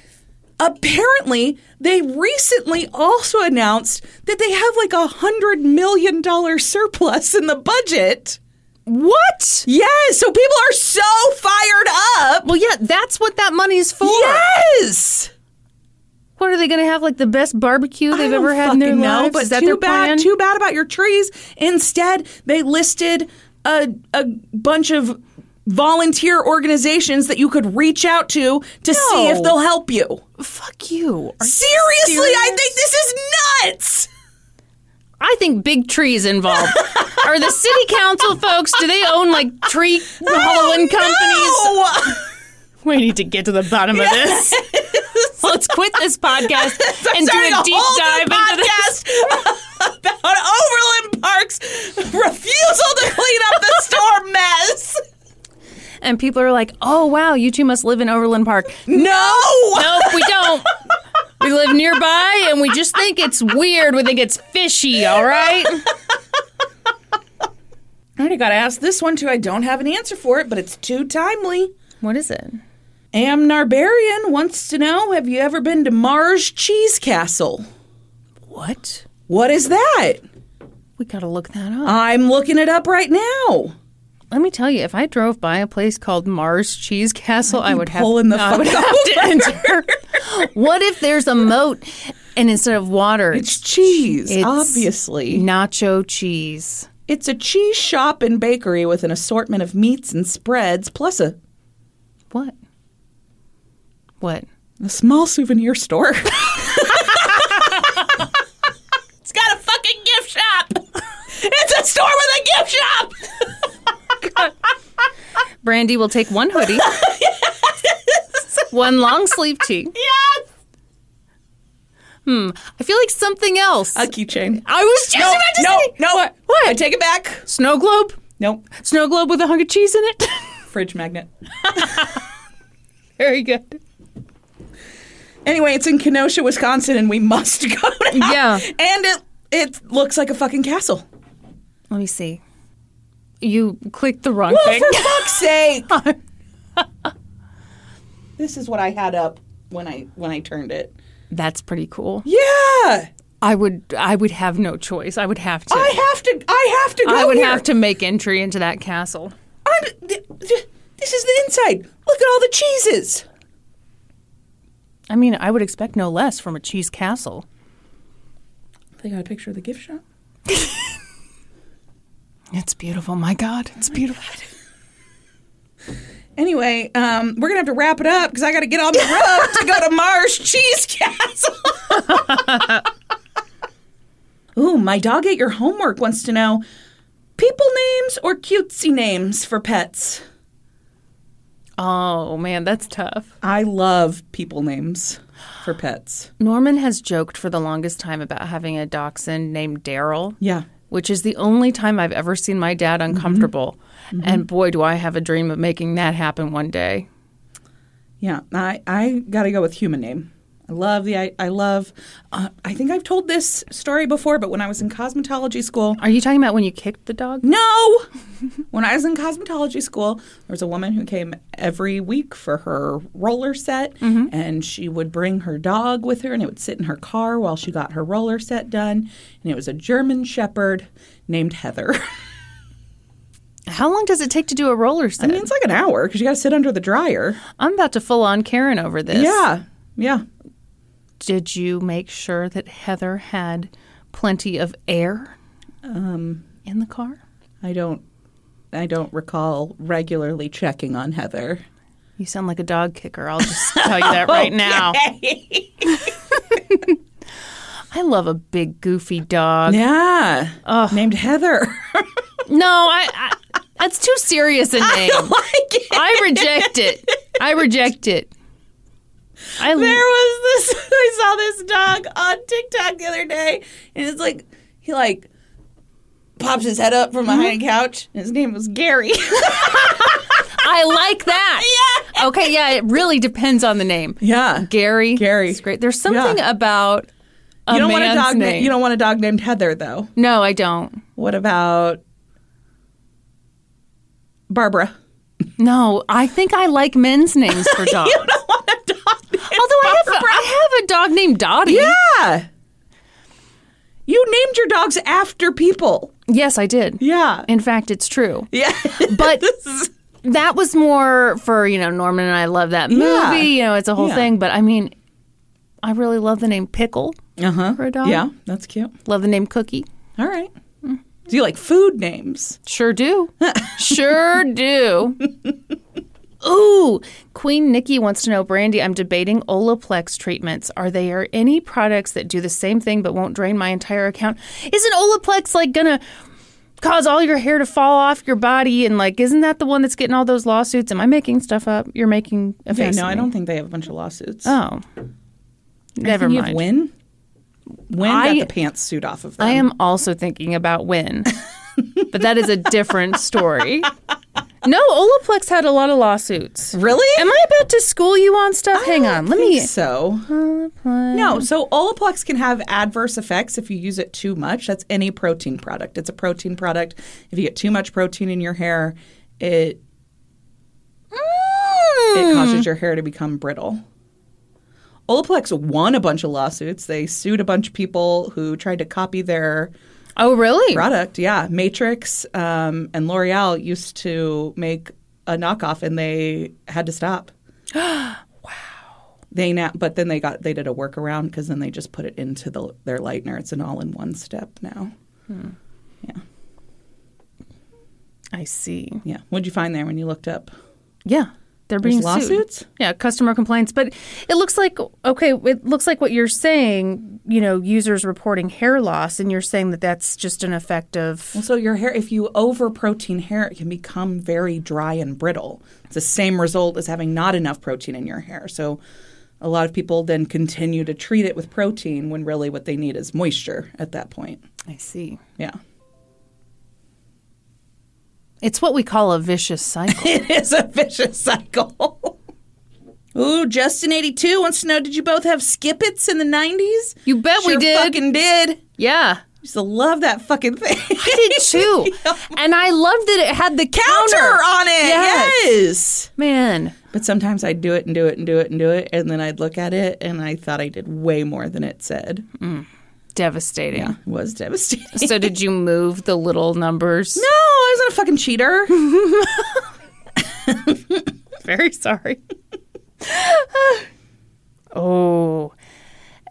S2: apparently they recently also announced that they have like a hundred million dollar surplus in the budget.
S1: What?
S2: Yes, so people are so fired up.
S1: Well, yeah, that's what that money's for.
S2: Yes.
S1: What are they going to have like the best barbecue they've
S2: I
S1: ever
S2: don't
S1: had in their
S2: fucking know,
S1: lives?
S2: But
S1: Is that
S2: too
S1: their
S2: bad,
S1: plan?
S2: too bad about your trees. Instead, they listed a a bunch of volunteer organizations that you could reach out to to see if
S1: No.
S2: they'll help you.
S1: Fuck you. Are-
S2: Seriously, I think this is nuts.
S1: I think big trees involved. are the city council folks? Do they own like tree hauling companies?
S2: companies.
S1: We need to get to the bottom of this. Let's quit this podcast and do
S2: Starting
S1: a deep dive
S2: whole new
S1: into this.
S2: podcast about Overland Park's refusal to clean up the storm mess.
S1: And people are like, "Oh wow, you two must live in Overland Park."
S2: No.
S1: Nope, we don't. We live nearby, and we just think it's weird. We think it's fishy. All right.
S2: I already got asked this one too. I don't have an answer for it, but it's too timely.
S1: What is it?
S2: Am Narbarian wants to know Have you ever been to Mars Cheese Castle?
S1: What?
S2: What is that?
S1: We gotta look that up. Uh,
S2: I'm looking it up right now.
S1: Let me tell you, if I drove by a place called Mars Cheese Castle, I would have,
S2: pulling the
S1: I would
S2: fuck
S1: have to enter. What if there's a moat, and instead of water,
S2: It's cheese,
S1: It's-
S2: obviously.
S1: nacho cheese?
S2: It's a cheese shop and bakery with an assortment of meats and spreads, plus a,
S1: What? What?
S2: a small souvenir store. it's got a fucking gift shop. It's a store with a gift shop.
S1: Brandy will take one hoodie, one long sleeve tee.
S2: Yes.
S1: I feel like something else.
S2: A keychain.
S1: I was just about to
S2: no,
S1: say
S2: no. What? I take it back.
S1: snow globe,
S2: Nope.
S1: snow globe with a hunk of cheese in it.
S2: Fridge magnet.
S1: Very good.
S2: Anyway, it's in Kenosha, Wisconsin, and we must go now.
S1: Yeah.
S2: And it it looks like a fucking castle.
S1: Let me see. You clicked the wrong
S2: Oh,
S1: thing.
S2: for fuck's sake. this is what I had up when I when I turned it.
S1: That's pretty cool.
S2: Yeah.
S1: I would I would have no choice. I would have to.
S2: I have to I have to go
S1: I would
S2: here.
S1: have to make entry into that castle.
S2: I'm, th- th- this is the inside. Look at all the cheeses.
S1: I mean, I would expect no less from a cheese castle.
S2: They got a picture of the gift shop.
S1: It's beautiful. My God, it's beautiful.
S2: Anyway, um, we're gonna have to wrap it up because I got to get on the road to go to Mars Cheese Castle. Ooh, my dog ate your homework wants to know people names or cutesy names for pets.
S1: Oh man, that's tough.
S2: I love people names for pets.
S1: Norman has joked for the longest time about having a dachshund named Daryl.
S2: Yeah.
S1: Which is the only time I've ever seen my dad
S2: Mm-hmm.
S1: uncomfortable. And boy, do I have a dream of making that happen one day.
S2: Yeah, I, I gotta go with human name. I love the I, I love. Uh, I think I've told this story before, but when I was in cosmetology school,
S1: Are you talking about when you kicked the dog?
S2: No! when I was in cosmetology school, there was a woman who came every week for her roller set, and she would bring her dog with her, and it would sit in her car while she got her roller set done. And it was a German Shepherd named Heather.
S1: How long does it take to do a roller
S2: I
S1: set?
S2: mean, it's like an hour because you gotta sit under the dryer.
S1: I'm about to full on Karen over this.
S2: Yeah, yeah.
S1: Did you make sure that Heather had plenty of air
S2: Um,
S1: in the car?
S2: I don't. I don't recall regularly checking on Heather.
S1: You sound like a dog kicker. I'll just tell you that right now. I love a big goofy dog.
S2: Yeah. Named Heather.
S1: No, I, I that's too serious a name.
S2: like it.
S1: I reject it. I reject it. I l-
S2: there was this. I saw this dog on TikTok the other day, and it's like he like pops his head up from behind
S1: Mm-hmm.
S2: a couch, and his name was Gary.
S1: I like that. Yeah. Okay, yeah, it really depends on the name.
S2: yeah,
S1: Gary.
S2: Gary.
S1: It's great. There's something about a
S2: You don't want a
S1: man's
S2: dog. na-
S1: name.
S2: you don't want a dog named Heather, though.
S1: No, I don't.
S2: What about Barbara?
S1: No, I think I like men's names for dogs.
S2: You don't want a dog. Named
S1: Oh. Although I have, a,
S2: Barbara.
S1: I have a dog named Dottie.
S2: yeah. You named your dogs after people.
S1: Yes, I did.
S2: Yeah.
S1: In fact, it's true.
S2: Yeah.
S1: But
S2: This is-
S1: that was more for, you know, Norman and I love that movie.
S2: Yeah.
S1: You know, it's a whole
S2: Yeah.
S1: thing. But I mean, I really love the name Pickle
S2: Uh-huh.
S1: for a dog.
S2: Yeah, that's cute.
S1: Love the name Cookie.
S2: All right. Hmm. Do you like food names?
S1: Sure do. sure do. Ooh, Queen Nikki wants to know, Brandy, I'm debating Olaplex treatments. Are there any products that do the same thing but won't drain my entire account? Isn't Olaplex like gonna cause all your hair to fall off your body and like isn't that the one that's getting all those lawsuits? Am I making stuff up? You're making a
S2: Yeah,
S1: face.
S2: no,
S1: at
S2: I
S1: me.
S2: don't think they have a bunch of lawsuits.
S1: Oh. Never
S2: you have
S1: mind.
S2: Win? Win
S1: I-
S2: got the pantsuit off of them.
S1: I am also thinking about when, but that is a different story. No, Olaplex had a lot of lawsuits.
S2: really?
S1: Am I about to school you on stuff? Hang on, let me.
S2: so. No, so Olaplex can have adverse effects if you use it too much. That's any protein product. It's a protein product. If you get too much protein in your hair, it
S1: Hmm.
S2: it causes your hair to become brittle. Olaplex won a bunch of lawsuits. They sued a bunch of people who tried to copy their
S1: Oh, really?
S2: product. Yeah, Matrix um, and L'Oreal used to make a knockoff, and they had to stop. wow. They now, but then they got they did a workaround because then they just put it into the, their lightener. It's an all in one step now. Yeah,
S1: I see.
S2: yeah. What'd you find there when you looked up?
S1: Yeah, they're being
S2: There's
S1: sued.
S2: lawsuits.
S1: Yeah, customer complaints. But it looks like okay. It looks like what you're saying. You know, users reporting hair loss, and you're saying that that's just an effect of.
S2: Well, so your hair, if you over protein hair, it can become very dry and brittle. It's the same result as having not enough protein in your hair. So a lot of people then continue to treat it with protein when really what they need is moisture at that point.
S1: I see.
S2: Yeah.
S1: It's what we call a vicious cycle.
S2: It is a vicious cycle. Ooh, Justin82 wants to know Did you both have skippets in the 90s?
S1: You bet we
S2: Sure
S1: did.
S2: fucking did.
S1: yeah.
S2: Used to love that fucking thing.
S1: I did too. And I loved that it had the counter,
S2: Counter on it.
S1: Yes.
S2: yes.
S1: Man.
S2: But sometimes I'd do it and do it and do it and do it, and then I'd look at it and I thought I did way more than it said.
S1: Devastating.
S2: Yeah, it was devastating. no,
S1: So did you move the little numbers?
S2: I wasn't a fucking cheater.
S1: Very sorry. oh.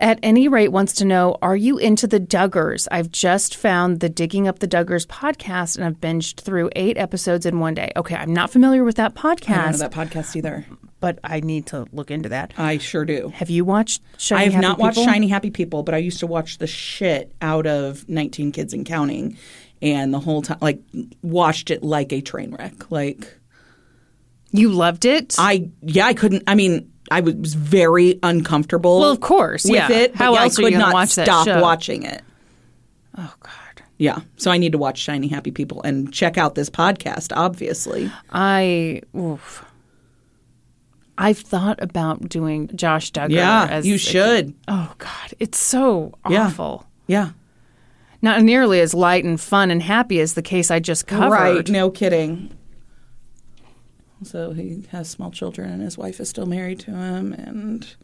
S1: At any rate, wants to know Are you into the Duggars? I've just found the Digging Up the Duggars podcast and I've binged through eight episodes in one day. Okay, I'm not familiar with that
S2: I
S1: podcast,
S2: don't know that podcast either.
S1: but I need to look into that.
S2: I sure do.
S1: Have you watched Shiny
S2: I have
S1: Happy
S2: not watched
S1: People?
S2: Shiny Happy People, but I used to watch the shit out of 19 Kids and Counting, and the whole time, like, watched it like a train wreck. Like,
S1: You loved it?
S2: I, yeah, I couldn't, I mean, I was very uncomfortable.
S1: Well, of course,
S2: with
S1: yeah.
S2: it. but
S1: How
S2: yeah,
S1: else are
S2: I
S1: you
S2: could
S1: gonna
S2: not
S1: watch that
S2: stop
S1: show?
S2: watching it.
S1: oh, God.
S2: Yeah. So I need to watch Shiny Happy People and check out this podcast, obviously.
S1: I oof. I've thought about doing Josh Duggar.
S2: Yeah.
S1: as
S2: You
S1: a-
S2: should.
S1: oh God, it's so
S2: Yeah.
S1: awful.
S2: Yeah.
S1: Not nearly as light and fun and happy as the case I just covered.
S2: Right. No kidding. So he has small children and his wife is still married to him and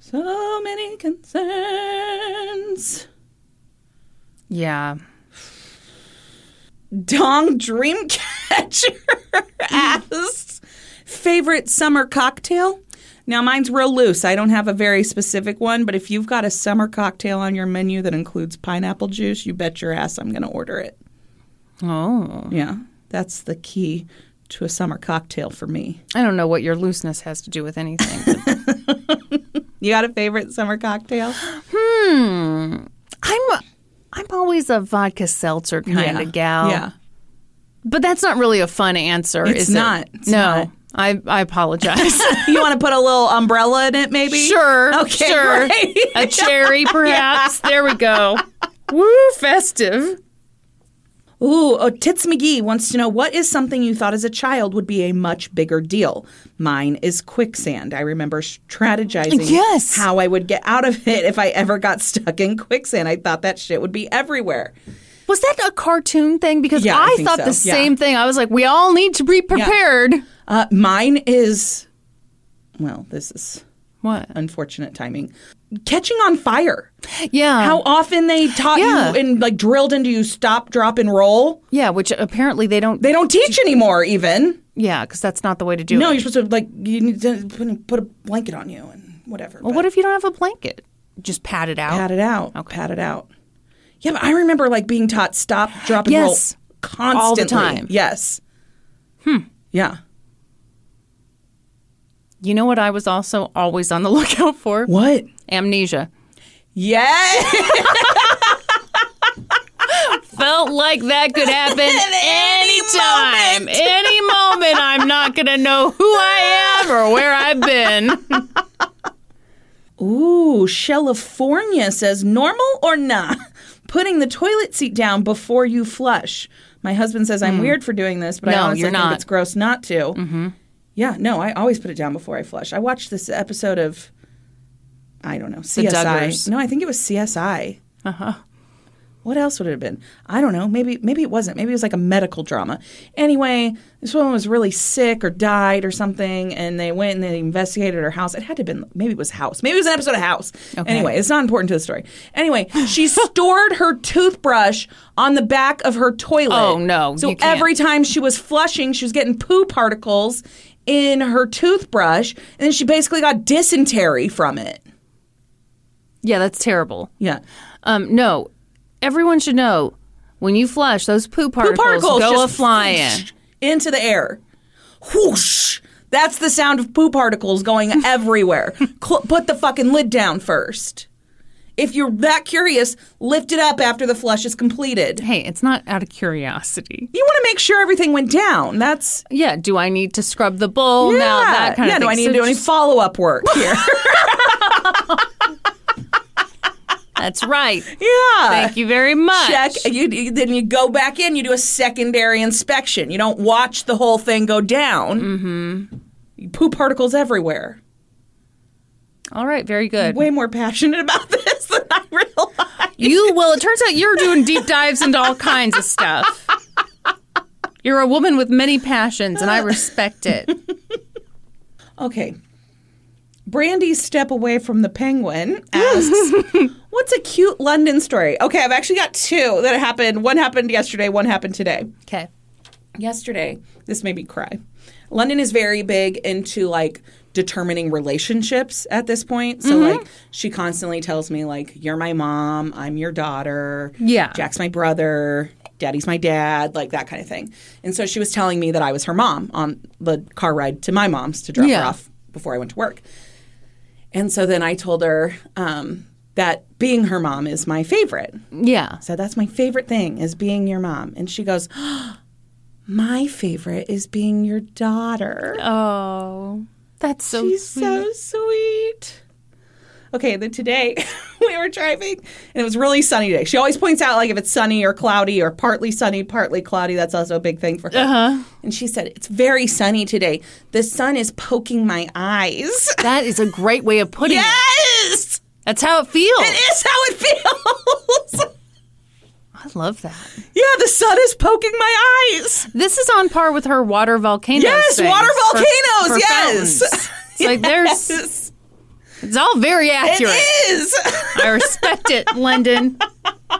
S2: so many concerns.
S1: Yeah.
S2: Dong Dreamcatcher asks, favorite summer cocktail? Now, mine's real loose. I don't have a very specific one, but if you've got a summer cocktail on your menu that includes pineapple juice, you bet your ass I'm going to order it.
S1: Oh,
S2: Yeah, that's the key to a summer cocktail for me.
S1: I don't know what your looseness has to do with anything. but-
S2: You got a favorite summer cocktail?
S1: I'm a, I'm always a vodka seltzer kind
S2: Yeah.
S1: of gal.
S2: Yeah.
S1: But that's not really a fun answer,
S2: It's
S1: is it?
S2: not. It's
S1: no.
S2: not.
S1: I, I apologize.
S2: You want to put a little umbrella in it, maybe?
S1: sure.
S2: Okay.
S1: Sure.
S2: great.
S1: A cherry, perhaps. There we go. Woo, festive.
S2: Ooh, oh, Tits McGee wants to know what is something you thought as a child would be a much bigger deal? Mine is quicksand. I remember strategizing
S1: Yes.
S2: how I would get out of it if I ever got stuck in quicksand. I thought that shit would be everywhere.
S1: Was that a cartoon thing? Because
S2: Yeah, I
S1: I,
S2: think
S1: thought the
S2: so. Yeah.
S1: same thing. I was like, we all need to be prepared.
S2: Uh, mine is, well, this is
S1: What?
S2: unfortunate timing. Catching on fire.
S1: Yeah.
S2: How often they taught
S1: Yeah.
S2: you and like drilled into you stop, drop, and roll.
S1: Yeah, which apparently they don't.
S2: They don't teach anymore, even.
S1: yeah, because that's not the way to do
S2: No,
S1: it.
S2: you're supposed to like you need to put, put a blanket on you and whatever.
S1: Well,
S2: but-
S1: what if you don't have a blanket? Just pat it out.
S2: pat it out. Pat it out. Yeah, but I remember like being taught stop, drop, and
S1: Yes.
S2: roll constantly.
S1: All the time.
S2: Yes. Hmm. Yeah.
S1: You know what I was also always on the lookout for?
S2: What?
S1: Amnesia.
S2: Yeah.
S1: Felt like that could happen anytime. Any moment, I'm not going to know who I am or where I've been.
S2: Ooh, California says normal or not. Putting the toilet seat down before you flush. My husband says I'm weird for doing this, but I
S1: Hmm. No,
S2: honestly
S1: you're
S2: think
S1: not.
S2: it's gross not to. Mm-hmm. Yeah, no, I always put it down before I flush. I watched this episode of, I don't know, CSI.
S1: Duggars.
S2: No, I think it was CSI. Uh huh. What else would it have been? I don't know. Maybe maybe it wasn't. Maybe it was like a medical drama. Anyway, this woman was really sick or died or something, and they went and they investigated her house. It had to have been maybe it was House. Maybe it was an episode of House. Anyway, it's not important to the story. Anyway, she stored her toothbrush on the back of her toilet.
S1: Oh, no,
S2: So
S1: you can't.
S2: every time she was flushing, she was getting poo particles in her toothbrush, and then she basically got dysentery from it.
S1: Yeah, that's terrible.
S2: Yeah.
S1: Um, no, everyone should know when you flush, those poo
S2: Poo
S1: particles,
S2: particles
S1: go a
S2: just
S1: flying.
S2: whoosh into the air. Whoosh. That's the sound of poo particles going everywhere. Cl- put the fucking lid down first. If you're that curious, lift it up after the flush is completed.
S1: Hey, it's not out of curiosity.
S2: You want to make sure everything went down. That's
S1: Yeah, do I need to scrub the bowl now?
S2: yeah.
S1: That kind
S2: yeah,
S1: of
S2: do
S1: thing.
S2: I need
S1: So
S2: to do any
S1: just-
S2: follow up work here?
S1: That's right.
S2: yeah.
S1: Thank you very much.
S2: check. You, you- then you go back in. You do a secondary inspection. You don't watch the whole thing go down. Mm-hmm. Poop particles everywhere.
S1: All right, very good.
S2: Way more passionate about this than I realized.
S1: You well, it turns out you're doing deep dives into all kinds of stuff. You're a woman with many passions, and I respect it.
S2: Okay. Brandy's step away from the penguin asks, "What's a cute London story?" Okay, I've actually got two that happened. One happened yesterday. One happened today.
S1: Okay.
S2: yesterday this made me cry london is very big into like determining relationships at this point so
S1: Mm-hmm.
S2: like she constantly tells me like you're my mom i'm your daughter
S1: Yeah.
S2: jack's my brother daddy's my dad like that kind of thing and so she was telling me that i was her mom on the car ride to my mom's to drop her
S1: Yeah.
S2: off before i went to work and so then i told her um, that being her mom is my favorite
S1: Yeah.
S2: so that's my favorite thing is being your mom. And she goes, My favorite is being your daughter.
S1: Oh, that's so
S2: She's so sweet. Okay, then today we were driving and it was really sunny day. She always points out like if it's sunny or cloudy or partly sunny, partly cloudy, that's also a big thing for her. Uh-huh. And she said, It's very sunny today. The sun is poking my eyes.
S1: That is a great way of putting it.
S2: yes!
S1: That's how it feels.
S2: It is how it feels.
S1: I love that.
S2: yeah, the sun is poking my eyes.
S1: This is on par with her water volcanoes.
S2: Yes,
S1: things
S2: water
S1: for-
S2: volcanoes.
S1: for
S2: yes.
S1: fountains. It's like there's.
S2: Yes,
S1: It's all very
S2: it
S1: accurate.
S2: is.
S1: I respect it, London.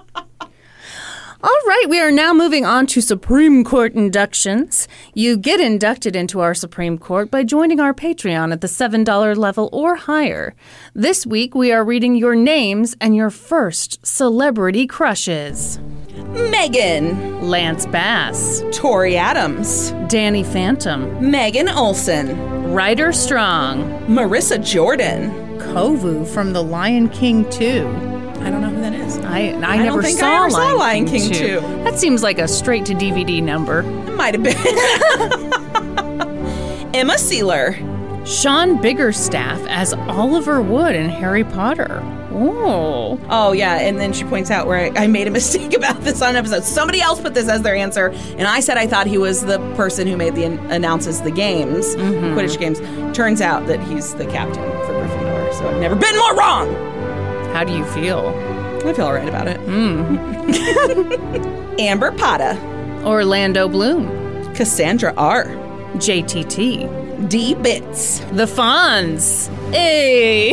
S1: All right, we are now moving on to Supreme Court inductions. You get inducted into our Supreme Court by joining our Patreon at the $7 level or higher. This week, we are reading your names and your first celebrity crushes
S2: Megan,
S1: Lance Bass,
S2: Tori Adams,
S1: Danny Phantom,
S2: Megan Olson,
S1: Ryder Strong,
S2: Marissa Jordan.
S1: Kovu from The Lion King 2.
S2: I don't know who that is.
S1: I, I,
S2: don't
S1: never
S2: think I
S1: saw,
S2: ever saw
S1: Lion,
S2: Lion
S1: King,
S2: King
S1: 2.
S2: 2.
S1: That seems like a straight to DVD number.
S2: It might have been. Emma Sealer.
S1: Sean Biggerstaff as Oliver Wood in Harry Potter. Oh.
S2: Oh yeah, and then she points out where I, I made a mistake about this on an episode. Somebody else put this as their answer, and I said I thought he was the person who made the announces the games, Quidditch games. Turns out that he's the captain for Gryffindor, so I've never been more wrong.
S1: How do you feel?
S2: I feel all right about it. Amber Potta,
S1: Orlando Bloom,
S2: Cassandra R,
S1: JTT,
S2: D Bits,
S1: The Fonz, hey,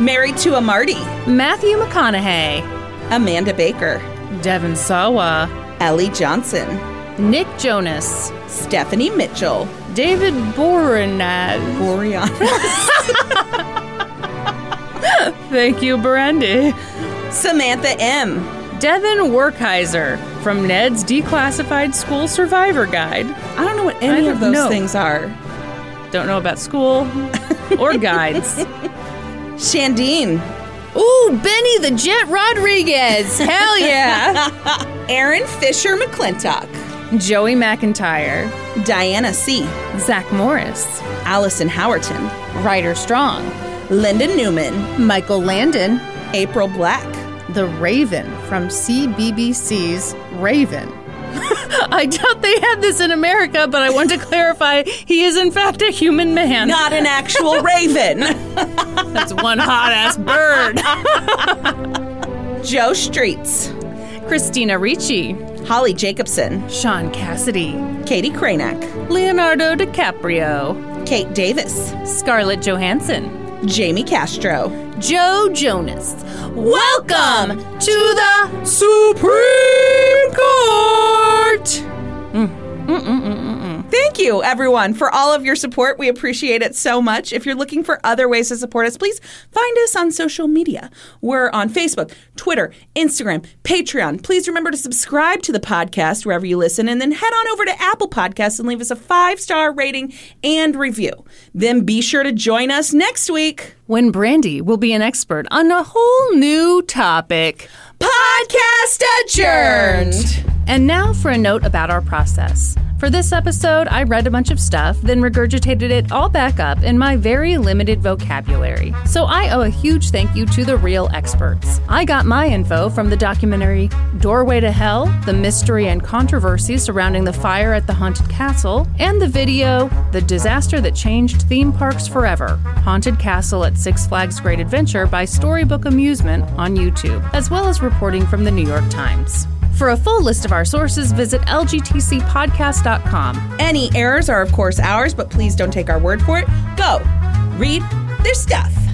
S2: married to a Marty,
S1: Matthew McConaughey,
S2: Amanda Baker,
S1: Devin Sawa,
S2: Ellie Johnson,
S1: Nick Jonas,
S2: Stephanie Mitchell,
S1: David Borinaz.
S2: Oriana,
S1: Thank you, Brandy.
S2: Samantha M.
S1: Devin Werkheiser from Ned's Declassified School Survivor Guide.
S2: I don't know what any
S1: don't
S2: of those
S1: know.
S2: things are.
S1: Don't know about school or guides.
S2: Shandine,
S1: Ooh, Benny the Jet Rodriguez. Hell yeah.
S2: Aaron Fisher McClintock,
S1: Joey McIntyre,
S2: Diana C.,
S1: Zach Morris,
S2: Allison Howerton,
S1: Ryder Strong,
S2: Linda Newman,
S1: Michael Landon,
S2: April Black,
S1: the Raven from CBBC's Raven. I doubt they had this in America, but I want to clarify he is, in fact, a human man.
S2: not an actual raven,
S1: That's one hot ass bird.
S2: Joe Streets,
S1: Christina Ricci,
S2: Holly Jacobson,
S1: Sean Cassidy,
S2: Katie Cranack,
S1: Leonardo DiCaprio,
S2: Kate Davis,
S1: Scarlett Johansson,
S2: Jamie Castro.
S1: Joe Jonas. Welcome to the
S2: Supreme
S1: Court!
S2: Thank you, everyone, for all of your support. We appreciate it so much. If you're looking for other ways to support us, please find us on social media. We're on Facebook, Twitter, Instagram, Patreon. Please remember to subscribe to the podcast wherever you listen, and then head on over to Apple Podcasts and leave us a five star rating and review. Then be sure to join us next week.
S1: When Brandy will be an expert on a whole new topic.
S2: Podcast adjourned.
S1: And now for a note about our process. For this episode, I read a bunch of stuff, then regurgitated it all back up in my very limited vocabulary. So I owe a huge thank you to the real experts. I got my info from the documentary Doorway to Hell The Mystery and Controversy Surrounding the Fire at the Haunted Castle, and the video The Disaster That Changed Theme Parks Forever Haunted Castle at Six Flags Great Adventure by Storybook Amusement on YouTube, as well as reporting from the New York Times. For a full list of our sources, visit lgtcpodcast.com.
S2: Any errors are, of course, ours, but please don't take our word for it. Go read their stuff.